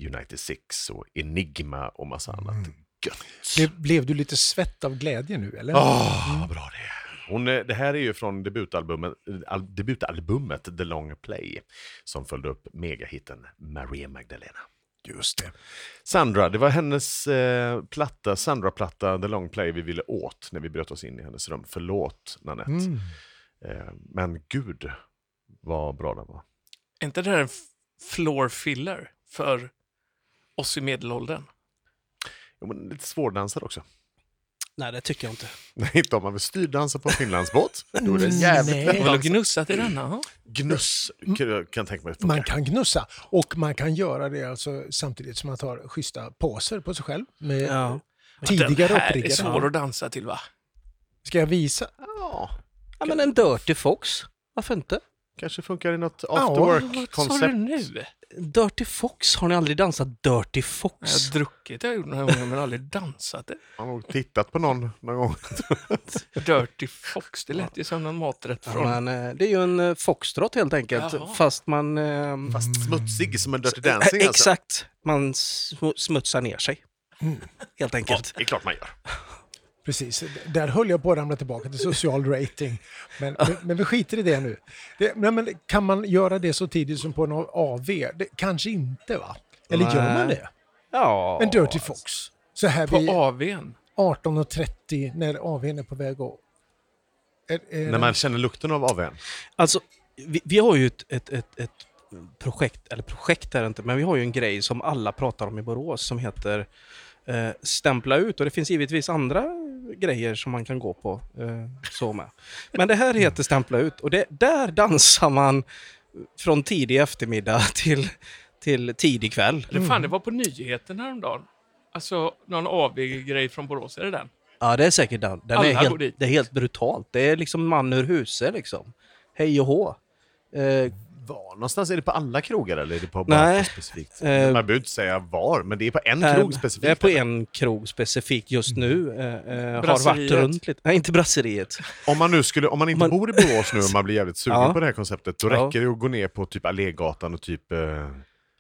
Speaker 2: United Six och Enigma och massa annat
Speaker 4: Mm.
Speaker 2: gött.
Speaker 1: Blev, blev du lite svett av glädje nu eller?
Speaker 2: Åh, Ah, vad bra det är. Hon, eh, det här är ju från debutalbumet, al, debutalbumet The Long Play som följde upp megahitten Maria Magdalena.
Speaker 1: Just det.
Speaker 2: Sandra, det var hennes eh, platta, Sandra-platta, The Long Play, vi ville åt när vi bröt oss in i hennes rum. Förlåt, Nanette.
Speaker 1: Mm.
Speaker 2: Eh, men gud, vad bra den var.
Speaker 4: Är inte det här en f- floor filler för oss i medelåldern?
Speaker 2: Jo, men lite svårdansad också.
Speaker 3: Nej, det tycker jag inte.
Speaker 2: Nej, inte om man vill styrdansa på en finlandsbåt. Då är det jävligt
Speaker 1: Nej.
Speaker 4: Det var gnussat i denna. ja.
Speaker 2: gnuss, kan kan tänka mig.
Speaker 1: Man
Speaker 2: Man...
Speaker 1: kan gnussa och man kan göra det alltså samtidigt som man tar schyssta poser på sig själv med
Speaker 3: Ja.
Speaker 1: tidigare
Speaker 4: Den här är svår
Speaker 1: uppriggade.
Speaker 4: att dansa till va?
Speaker 1: Ska jag visa?
Speaker 2: Ja,
Speaker 3: ja, men en Dirty Fox. Varför inte?
Speaker 2: kanske funkar i något
Speaker 1: Ja,
Speaker 2: after
Speaker 4: Vad sa du
Speaker 2: work-koncept.
Speaker 4: nu?
Speaker 3: Dirty Fox, har ni aldrig dansat Dirty
Speaker 4: Jag
Speaker 3: Fox?
Speaker 4: har druckit, jag har gjort några gånger, men aldrig dansat det.
Speaker 2: Man har nog tittat på någon någon gång.
Speaker 4: Dirty Fox, det lät ju som någon maträtt
Speaker 3: Ja,
Speaker 4: från...
Speaker 3: men, eh, det är ju en eh, foxtrot helt enkelt,
Speaker 4: Jaha.
Speaker 3: fast man... eh,
Speaker 2: Fast smutsig som en Dirty
Speaker 3: eh,
Speaker 2: Dancing alltså.
Speaker 3: Exakt, man sm- smutsar ner sig.
Speaker 1: Mm.
Speaker 3: Helt
Speaker 2: Ja,
Speaker 3: enkelt.
Speaker 2: det är klart man gör.
Speaker 1: Precis, där höll jag på att ramla tillbaka till social rating. Men, men, men vi skiter i det nu. Det, nej, men kan man göra det så tidigt som på en AV? Det, kanske inte va? Eller gör man
Speaker 3: Nej.
Speaker 1: det?
Speaker 3: Ja.
Speaker 1: En Dirty Fox. Så här
Speaker 4: På
Speaker 1: vid
Speaker 4: AWn.
Speaker 1: 18.30 när AVn är på väg att... Är, är
Speaker 2: När man känner lukten av AWn.
Speaker 3: Alltså, vi, vi har ju ett, ett, ett, ett projekt, eller projekt är det inte, men vi har ju en grej som alla pratar om i Borås som heter eh, Stämpla ut och det finns givetvis andra grejer som man kan gå på. Eh, så med. Men det här heter Stämpla ut och det, där dansar man från tidig eftermiddag till, till tidig kväll.
Speaker 4: Eller fan, det
Speaker 2: Mm.
Speaker 4: var på nyheten häromdagen. Alltså, någon AW-grej från Borås, är det den?
Speaker 3: Ja, det är säkert den. den är
Speaker 4: Alla
Speaker 3: helt,
Speaker 4: går dit.
Speaker 3: Det är helt brutalt. Det är liksom man ur huset liksom. Hej och hå. Eh,
Speaker 2: Var någonstans? Är det på alla krogar eller är det på bara
Speaker 3: Nej.
Speaker 2: på specifikt?
Speaker 3: Eh,
Speaker 2: Man behöver inte säga var, men det är på en
Speaker 3: Nej,
Speaker 2: krog
Speaker 3: Det är
Speaker 2: specifikt. Mm.
Speaker 3: på en krog specifikt just nu. Eh, eh, har varit
Speaker 4: Brasseriet.
Speaker 3: runt lite. Nej, inte brasseriet.
Speaker 2: Om man nu skulle, om man inte
Speaker 3: Man-
Speaker 2: bor i Borås nu och man blir jävligt sugen
Speaker 3: Ja.
Speaker 2: på det här konceptet, då
Speaker 3: Ja.
Speaker 2: räcker det att gå ner på typ Allégatan och typ, eh,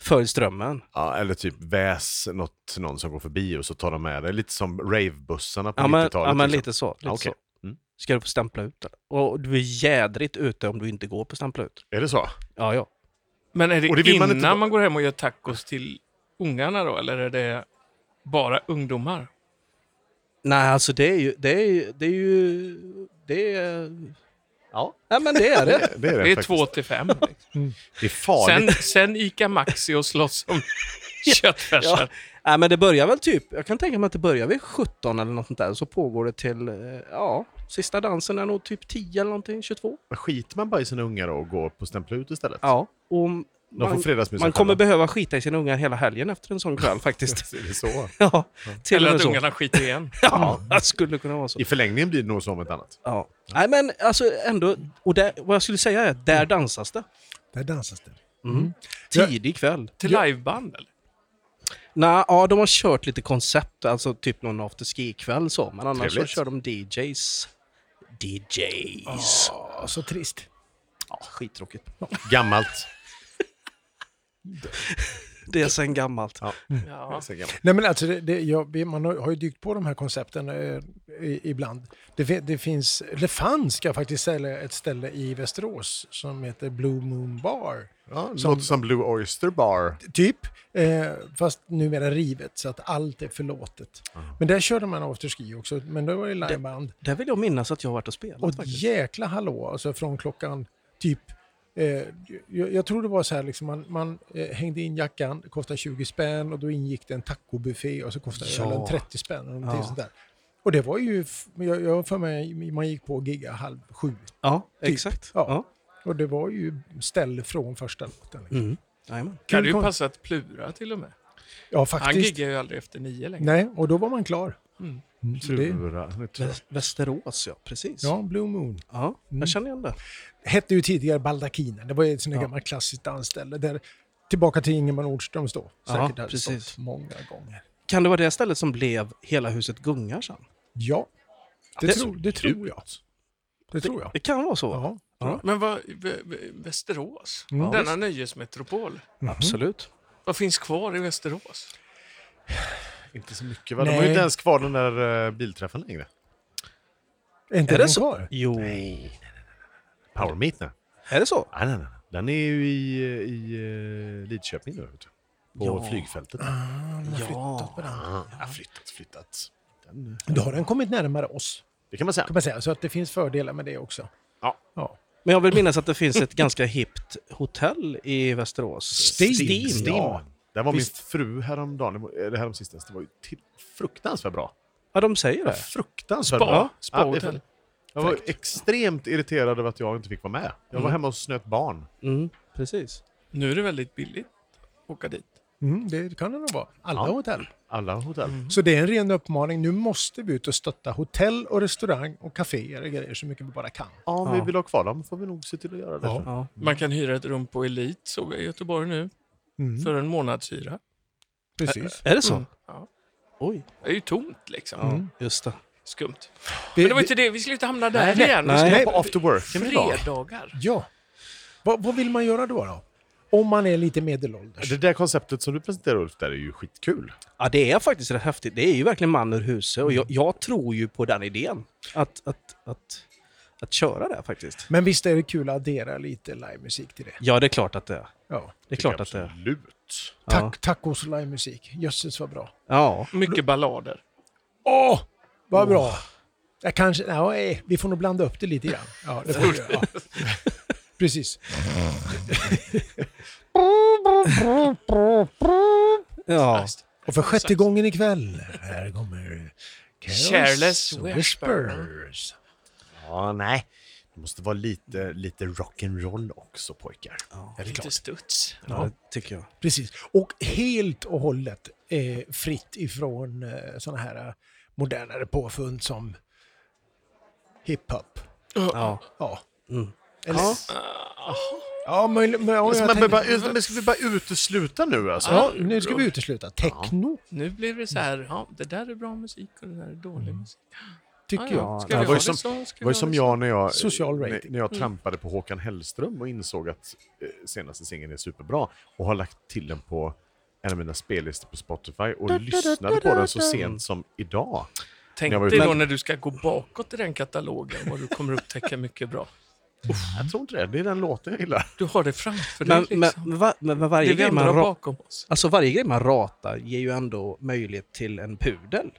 Speaker 3: Följ strömmen.
Speaker 2: ja, eller typ väs något, någon som går förbi och så tar de med det. Lite som ravebussarna på
Speaker 3: Ja, men,
Speaker 2: 90-talet.
Speaker 3: ja, men
Speaker 2: liksom.
Speaker 3: lite så. Lite
Speaker 2: Ja, okej.
Speaker 3: så.
Speaker 2: Mm.
Speaker 3: Ska du på stämpla ut? eller? Och du är jädrigt ute om du inte går på stämpla ut.
Speaker 2: Är det så?
Speaker 3: Ja, ja.
Speaker 4: Men är det,
Speaker 2: Och det vill man
Speaker 4: innan
Speaker 2: inte
Speaker 4: man,
Speaker 2: vara-
Speaker 4: går hem och gör tacos till ungarna då, eller är det bara ungdomar?
Speaker 3: Nej, alltså det är ju... Det är, ju- det är ju... Det är...
Speaker 2: Ja.
Speaker 3: Nej, men det är det.
Speaker 2: Det är, det
Speaker 4: Det är
Speaker 2: faktiskt.
Speaker 4: två till fem. liksom.
Speaker 2: Det är farligt.
Speaker 4: Sen, sen Ica Maxi och slåss om köttfärsen.
Speaker 3: Ja. Nej, men det börjar väl typ... Jag kan tänka mig att det börjar vid 17 eller något sånt där. Så pågår det till... eh, Ja, sista dansen är nog typ 10 eller någonting. 22.
Speaker 2: Skiter man bara i sina ungar och går på stämpla ut istället?
Speaker 3: Ja. Och
Speaker 2: De får
Speaker 3: man,
Speaker 2: fredagsmys
Speaker 3: man kommer behöva skita i sina ungar hela helgen efter en sån kväll faktiskt.
Speaker 2: Är det så?
Speaker 3: Ja, till
Speaker 4: Eller
Speaker 3: och med
Speaker 4: att
Speaker 3: så.
Speaker 4: ungarna skiter igen.
Speaker 3: Ja, det skulle kunna vara så.
Speaker 2: I förlängningen blir det nog så om ett annat.
Speaker 3: Ja. Nej, men alltså ändå, och där, vad jag skulle säga är att där dansas det.
Speaker 1: Där dansas det.
Speaker 3: Tidig kväll.
Speaker 4: Till liveband, eller?
Speaker 3: Nej, ja, de har kört lite koncept, alltså typ någon afterski-kväll så, men annars
Speaker 2: Trevligt.
Speaker 3: så kör de DJs. DJs.
Speaker 1: Ja, så trist.
Speaker 3: Ja, skittråkigt.
Speaker 2: Gammalt.
Speaker 3: Det är sen gammalt.
Speaker 2: Ja.
Speaker 4: Ja.
Speaker 2: Så gammalt.
Speaker 1: Nej, men alltså, det, det, ja, vi- man har, har ju dykt på de här koncepten eh, i, ibland. Det, fi- det finns, eller fanns ska jag faktiskt sälja ett ställe i Västerås som heter Blue Moon Bar.
Speaker 2: Ja, det låter som Blue Oyster Bar.
Speaker 1: Typ, eh, fast numera rivet så att allt är förlåtet. Men där körde man afterski också, men det var ju liveband.
Speaker 3: Där vill jag minnas att jag har varit och spelat
Speaker 1: Och
Speaker 3: faktiskt.
Speaker 1: jäkla hallå, alltså från klockan typ... Eh, jag, jag tror det var så här, liksom, man, man eh, hängde in jackan, det kostade 20 spänn och då ingick det en tacobuffé och så kostade
Speaker 3: Ja.
Speaker 1: ölen 30 spänn. Och, någonting
Speaker 3: Ja.
Speaker 1: sånt där. och det var ju, f- jag, jag har för mig, man gick på och gigga halv sju.
Speaker 3: Ja, exakt.
Speaker 1: Ja.
Speaker 3: Ja.
Speaker 1: Och det var ju ställ från första låten. Liksom.
Speaker 3: Mm. Jajamän.
Speaker 4: Det hade ju
Speaker 1: kon-
Speaker 4: passat Plura till och med.
Speaker 1: Ja,
Speaker 4: Han
Speaker 1: faktiskt.
Speaker 4: giggar ju aldrig efter nio längre.
Speaker 1: Nej, och då var man klar.
Speaker 4: Mm.
Speaker 1: Mm, så det,
Speaker 3: Vä- Västerås, ja. Precis.
Speaker 1: ja, Blue Moon.
Speaker 3: Ja,
Speaker 1: Mm.
Speaker 3: jag känner igen det.
Speaker 1: hette ju tidigare Baldakinen. Det var ju ett sånt där
Speaker 3: Ja.
Speaker 1: gammalt klassiskt dansställe. Där, tillbaka till Ingemar Nordströms då.
Speaker 3: Ja,
Speaker 1: Säkert hade
Speaker 3: precis.
Speaker 1: stått många gånger.
Speaker 3: Kan det vara det stället som blev Hela huset gungar sen?
Speaker 1: Ja, det,
Speaker 3: Det-
Speaker 1: tror, det tror jag. Det tror jag.
Speaker 3: Det kan vara så.
Speaker 1: Ja.
Speaker 4: Men vad, Vä- Vä- Västerås,
Speaker 2: Mm.
Speaker 1: Ja,
Speaker 4: denna nöjesmetropol.
Speaker 3: Absolut.
Speaker 4: Vad finns kvar i Västerås?
Speaker 2: Inte så mycket va? De har ju
Speaker 1: Nej.
Speaker 2: inte ens kvar den där eh, bilträffen längre.
Speaker 1: Är inte
Speaker 3: Är
Speaker 1: den
Speaker 3: det så?
Speaker 1: kvar?
Speaker 3: Jo.
Speaker 2: Power Meet nej.
Speaker 3: Är det så?
Speaker 2: Nej, nej, nej. Den är ju i, eh, i eh, Lidköping nu. vet du. På
Speaker 3: Ja.
Speaker 2: flygfältet.
Speaker 3: Ja.
Speaker 2: Ah, ja, flyttats, flyttats. Den, eh,
Speaker 1: Då har den kommit närmare oss,
Speaker 2: det kan man säga.
Speaker 1: kan man säga. Så att det finns fördelar med det också.
Speaker 2: Ja.
Speaker 1: ja.
Speaker 3: Men jag vill minnas att det finns ett ganska hippt hotell i Västerås.
Speaker 1: Steam.
Speaker 2: Steam.
Speaker 1: Steam,
Speaker 2: Ja.
Speaker 1: ja.
Speaker 2: Där var
Speaker 3: Visst.
Speaker 2: min fru häromdagen, det var- eller häromsistens. Det var ju till, fruktansvärt bra.
Speaker 3: Ja, de säger det.
Speaker 2: Fruktansvärt
Speaker 4: Spa.
Speaker 2: bra.
Speaker 4: Spahotell.
Speaker 2: jag- jag var extremt irriterad över att jag inte fick vara med. Jag var hemma och snöt barn.
Speaker 3: Mm, precis.
Speaker 4: Nu är det väldigt billigt att åka dit.
Speaker 1: Mm, det kan det nog vara. Alla
Speaker 2: Ja.
Speaker 1: hotell.
Speaker 2: Alla hotell.
Speaker 1: Så det är en ren uppmaning. Nu måste vi ut och stötta hotell och restaurang och kaféer och grejer så mycket vi bara kan.
Speaker 2: Ja, om vi
Speaker 3: Ja.
Speaker 2: vill ha kvar dem får vi nog se till att göra det.
Speaker 1: Ja.
Speaker 3: Ja.
Speaker 4: Man kan hyra ett rum på Elit, såg jag i Göteborg nu,
Speaker 1: Mm,
Speaker 4: för en månadshyra.
Speaker 1: precis.
Speaker 3: Är det så?
Speaker 4: Mm. Ja.
Speaker 3: Oj.
Speaker 4: Det är ju tomt liksom.
Speaker 3: Ja, just det.
Speaker 4: Skumt.
Speaker 1: Vi-
Speaker 4: Men det var
Speaker 1: vi-
Speaker 4: inte det, vi skulle inte hamna där
Speaker 3: nej,
Speaker 4: igen. Vi
Speaker 3: nej.
Speaker 4: skulle
Speaker 2: Nej,
Speaker 1: Nej,
Speaker 2: på after work.
Speaker 4: Fredagar.
Speaker 1: Ja. Vad, vad vill man göra då? då? Om man är lite medelålders.
Speaker 2: Det där konceptet som du presenterar Ulf, där är ju skitkul.
Speaker 3: Ja, det är faktiskt rätt häftigt. Det är ju verkligen man ur huset och jag, jag tror ju på den idén. Att, att, att, att köra det här, faktiskt.
Speaker 1: Men visst är det kul att addera lite livemusik till det?
Speaker 3: Ja, det är klart att det är.
Speaker 1: Ja.
Speaker 3: Det är klart att det är.
Speaker 2: Absolut.
Speaker 1: Tack, Tacos och livemusik. Jösses vad bra.
Speaker 3: Ja.
Speaker 4: Mycket ballader.
Speaker 1: Åh, vad bra! Jag kanske, nej, vi får nog blanda upp det lite grann. Ja, det får vi göra. Ja. Precis.
Speaker 3: ja.
Speaker 1: Och för sjätte gången ikväll, här kommer Careless
Speaker 4: Careless
Speaker 1: Whispers.
Speaker 2: Ja, nej. Det måste vara lite, lite rock'n'roll också, pojkar.
Speaker 1: Ja, det är
Speaker 4: Lite
Speaker 1: klart.
Speaker 4: studs.
Speaker 3: ja, det tycker jag.
Speaker 1: Precis. Och helt och hållet eh, fritt ifrån eh, sådana här eh, modernare påfund som hiphop.
Speaker 3: Ja.
Speaker 1: Ja.
Speaker 3: Mm.
Speaker 1: Eller, ja. Ja, men, men, ja,
Speaker 2: Men,
Speaker 1: jag
Speaker 2: men,
Speaker 1: tänkte,
Speaker 2: men, men ska vi bara utesluta nu alltså?
Speaker 1: ja, nu ska vi utesluta. Techno,
Speaker 4: Nu blir det så här, ja, det där är bra musik och det där är dålig musik.
Speaker 1: tycker
Speaker 4: Ja,
Speaker 1: jag.
Speaker 4: ja. Ska
Speaker 2: Det
Speaker 4: vi
Speaker 2: var
Speaker 4: ha
Speaker 2: ju
Speaker 4: det
Speaker 2: som-
Speaker 4: så? Ska vi
Speaker 2: Det var
Speaker 4: ha
Speaker 2: ju som
Speaker 4: det
Speaker 2: jag när jag,
Speaker 1: Social
Speaker 2: när,
Speaker 1: rating.
Speaker 2: när jag trampade på Håkan Hellström och insåg att eh, senaste singeln är superbra och har lagt till den på en av mina spellistor på Spotify och lyssnade på den så sent som idag.
Speaker 4: Tänk
Speaker 2: Jag var ju-
Speaker 4: dig då
Speaker 2: Men-
Speaker 4: när du ska gå bakåt i den katalogen och du kommer upptäcka mycket bra.
Speaker 2: Jag tror inte det. Det är den låten jag gillar.
Speaker 4: Du har det framför dig
Speaker 3: Men,
Speaker 4: liksom.
Speaker 3: men, va, men men
Speaker 4: det
Speaker 3: varje,
Speaker 4: vi
Speaker 3: grej man
Speaker 4: andra har
Speaker 3: ra,
Speaker 4: bakom oss.
Speaker 3: alltså varje grej man ratar ger ju ändå möjlighet till en pudel.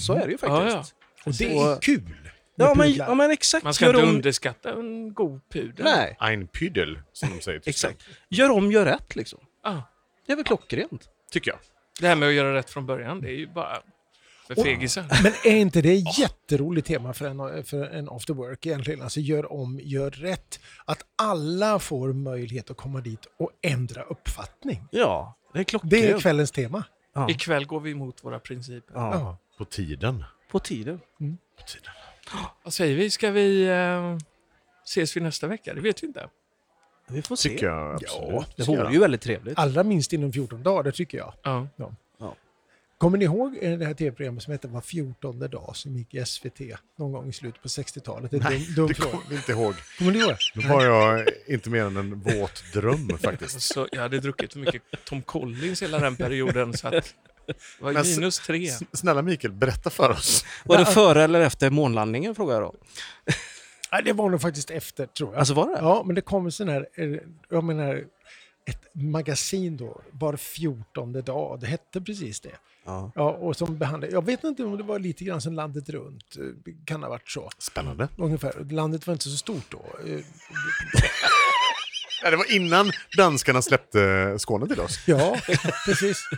Speaker 3: Så är det ju
Speaker 4: Ja,
Speaker 3: faktiskt.
Speaker 1: Och det
Speaker 3: Och-
Speaker 1: är kul. med
Speaker 3: Ja, men,
Speaker 1: pudlar.
Speaker 3: ja men exakt.
Speaker 4: Man ska
Speaker 3: Gör
Speaker 4: inte
Speaker 3: om-
Speaker 4: underskatta en god pudel.
Speaker 3: Nej,
Speaker 2: Ein Püdel, som de säger i Tyskland.
Speaker 3: exakt. Gör om, gör rätt liksom.
Speaker 4: Ja.
Speaker 3: Det är väl klockrent.
Speaker 2: Tycker jag.
Speaker 4: Ah. Det här med att göra rätt från början, det är ju bara för fegisar.
Speaker 1: Men är inte det ett jätteroligt tema för en, för en after work egentligen? Alltså gör om, gör rätt. Att alla får möjlighet att komma dit och ändra uppfattning.
Speaker 3: Ja, det är klockrent.
Speaker 1: Det är kvällens tema.
Speaker 3: ja.
Speaker 4: Ikväll går vi emot våra principer.
Speaker 3: Ja.
Speaker 1: Ja.
Speaker 2: På tiden.
Speaker 3: På tiden.
Speaker 2: På tiden.
Speaker 4: Vad säger vi? Ska vi... Eh, ses vi nästa vecka? Det vet vi inte.
Speaker 3: Vi får se.
Speaker 2: Tycker jag absolut.
Speaker 1: Ja, Ah,
Speaker 3: Det
Speaker 2: Ska
Speaker 3: vore
Speaker 2: jag.
Speaker 3: ju väldigt trevligt.
Speaker 1: Allra minst inom 14 dagar, det tycker jag.
Speaker 4: Ja.
Speaker 1: Kommer ni ihåg eh, det här tv-programmet som hette Var 14 dag som gick i SVT någon gång i slutet på 60-talet? Det är en dum, dum
Speaker 2: Det
Speaker 1: fråga.
Speaker 2: kommer vi inte ihåg.
Speaker 1: Kommer ni ihåg det?
Speaker 2: Då var jag inte mer än en våt dröm faktiskt.
Speaker 4: Så jag hade druckit för mycket Tom Collins hela den perioden, så att... Det var
Speaker 2: Men s-
Speaker 4: minus tre.
Speaker 2: S- Snälla Mikael, berätta för oss.
Speaker 3: Var det före eller efter månlandningen frågar jag då?
Speaker 1: Nej, det var nog faktiskt efter, tror jag.
Speaker 3: Alltså var det?
Speaker 1: Ja, men det kom en sån här, eh, jag menar, ett magasin då, var fjortonde dag, det hette precis det.
Speaker 3: Ja.
Speaker 1: Ja, och som behandlade, jag vet inte om det var lite grann som landet runt, eh, kan ha varit så.
Speaker 2: Spännande.
Speaker 1: Ungefär. Landet var inte så stort då. Eh,
Speaker 2: Ja, det var innan danskarna släppte Skåne till oss.
Speaker 1: Ja, precis.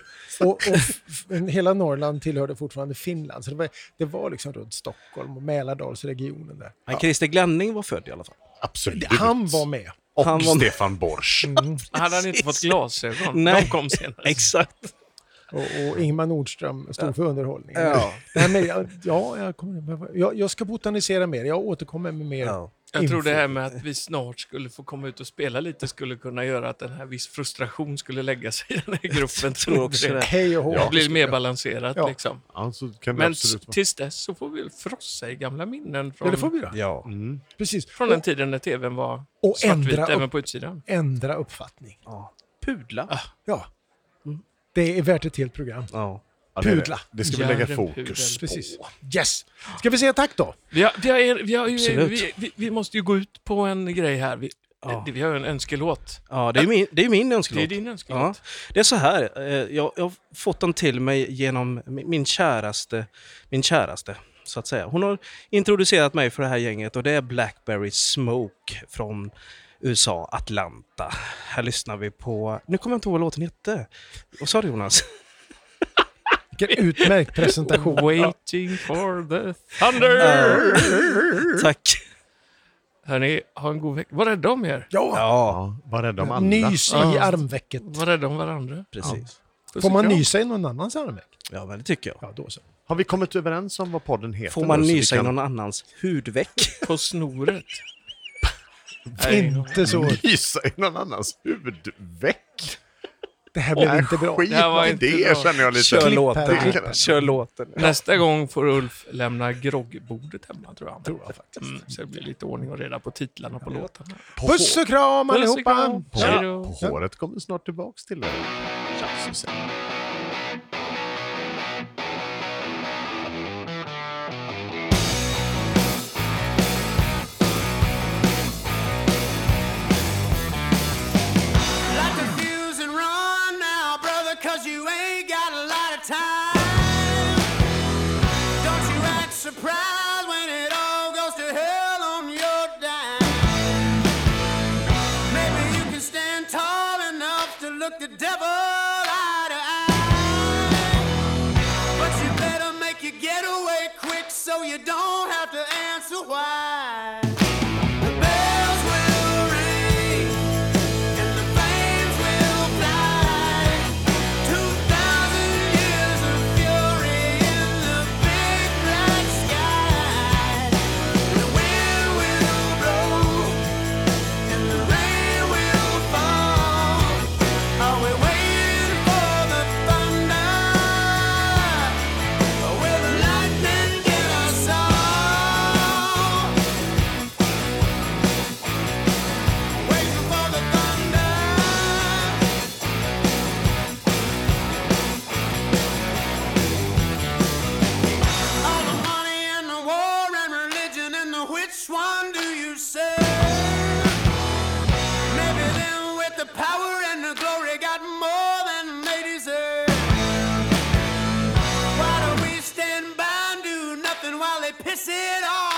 Speaker 1: Och, och f- men hela Norrland tillhörde fortfarande Finland. Så det var, det var liksom runt Stockholm och Mälardalsregionen där.
Speaker 3: Men Christer Glenning var född i alla fall.
Speaker 2: Absolut.
Speaker 1: Han var med.
Speaker 2: Och
Speaker 3: han var-
Speaker 2: Stefan Borsch.
Speaker 4: Hade han inte fått glasögon?
Speaker 3: Nej.
Speaker 4: De kom senare.
Speaker 3: Exakt.
Speaker 1: Och, och Ingmar Nordström stod för underhållningen.
Speaker 3: Ja.
Speaker 1: Nej, men jag, ja, jag, kommer, jag, jag ska botanisera mer. Jag återkommer med mer.
Speaker 3: Ja.
Speaker 4: Jag tror
Speaker 3: info.
Speaker 4: det här med att vi snart skulle få komma ut och spela lite skulle kunna göra att den här viss frustration skulle lägga sig i den här gruppen.
Speaker 3: tror också det.
Speaker 1: Hej och hå.
Speaker 4: Det blir mer balanserat
Speaker 1: Ja.
Speaker 4: liksom.
Speaker 2: Ja, så kan vi
Speaker 4: Men
Speaker 2: absolut
Speaker 4: s- tills dess så får vi väl frossa i gamla minnen
Speaker 1: Ja, det
Speaker 4: från,
Speaker 1: får vi göra.
Speaker 3: Ja.
Speaker 1: Precis.
Speaker 4: Mm. från den tiden när tvn var
Speaker 1: Och
Speaker 4: svartvit
Speaker 1: ändra
Speaker 4: även
Speaker 1: upp-
Speaker 4: på utsidan.
Speaker 1: Ändra uppfattning.
Speaker 3: Pudla.
Speaker 1: Ja.
Speaker 4: Mm.
Speaker 1: Det är värt ett helt program.
Speaker 3: Ja.
Speaker 2: Ja, det är det.
Speaker 1: Pudla.
Speaker 2: Det ska vi
Speaker 4: Järn,
Speaker 2: lägga
Speaker 4: pudel.
Speaker 2: fokus på.
Speaker 1: Precis. Yes! Ska vi säga tack då?
Speaker 4: Vi, har, vi, har, er- vi, har, ju-
Speaker 3: Absolut.
Speaker 4: vi, vi, vi måste ju gå ut på en grej här. Vi,
Speaker 3: Ja.
Speaker 4: det- vi har ju en önskelåt.
Speaker 3: Ja, det är ju min, det är min önskelåt.
Speaker 4: Det är din önskelåt.
Speaker 3: Ja. Det är så här, eh, jag, jag har fått den till mig genom min min käraste, min käraste, så att säga. Hon har introducerat mig för det här gänget och det är Blackberry Smoke från USA, Atlanta. Här lyssnar vi på, nu kommer jag inte ihåg vad låten hette. Vad sa du Jonas?
Speaker 1: Vilken utmärkt presentation.
Speaker 4: Waiting for the thunder!
Speaker 3: Tack.
Speaker 4: Hörni, ha en god vecka. Var rädda om er.
Speaker 1: Ja!
Speaker 3: Ja,
Speaker 2: Ja, var rädda om alla.
Speaker 1: Nys i
Speaker 4: Ja.
Speaker 1: armvecket.
Speaker 4: Var rädda om varandra.
Speaker 3: precis.
Speaker 4: Puss
Speaker 1: Får
Speaker 4: och
Speaker 1: man
Speaker 4: kram.
Speaker 1: nysa i någon annans armveck?
Speaker 3: Ja, men det tycker jag.
Speaker 1: Ja, då så.
Speaker 2: Har vi kommit överens om vad podden heter?
Speaker 3: Får man
Speaker 2: nu, så vi
Speaker 3: nysa i
Speaker 2: kan-
Speaker 3: någon annans hudveck?
Speaker 4: På snoret. Nej,
Speaker 1: Inte så.
Speaker 2: Nysa i någon annans huvudveck?
Speaker 1: Det här blev
Speaker 2: Nej,
Speaker 1: inte bra.
Speaker 2: Skit
Speaker 4: Det här var
Speaker 2: i
Speaker 4: inte
Speaker 2: det
Speaker 4: bra.
Speaker 2: känner jag lite.
Speaker 3: Kör
Speaker 1: här,
Speaker 3: låten.
Speaker 1: klipp
Speaker 2: här.
Speaker 3: Kör låten.
Speaker 4: Nästa gång får Ulf lämna groggbordet hemma, tror jag.
Speaker 1: Tror jag faktiskt.
Speaker 4: Mm, så det blir lite ordning och reda på titlarna på låtarna.
Speaker 2: På,
Speaker 1: Puss och kram
Speaker 4: Puss och
Speaker 1: allihopa!
Speaker 4: kram. Hej då.
Speaker 2: på håret kommer snart tillbaks till dig. Ja, så säger jag.
Speaker 5: Light the fuse and run now, brother, cause you ain't got a lot of time. Don't you act surprised when it all goes to hell on your dime. Maybe you can stand tall enough to look the devil eye to eye. But you better make your getaway quick so you don't have to answer why. The bells will ring. And the flames will fly. Two thousand years of fury in the big black sky. The wind will blow, and the rain will fall. Are we waiting for the thunder, or will the lightning get us all? Waiting for the thunder. All the money and the war and religion and the which one do you say? Maybe them with the power and the glory got more than they deserve. Why do we stand by and do nothing while they piss it all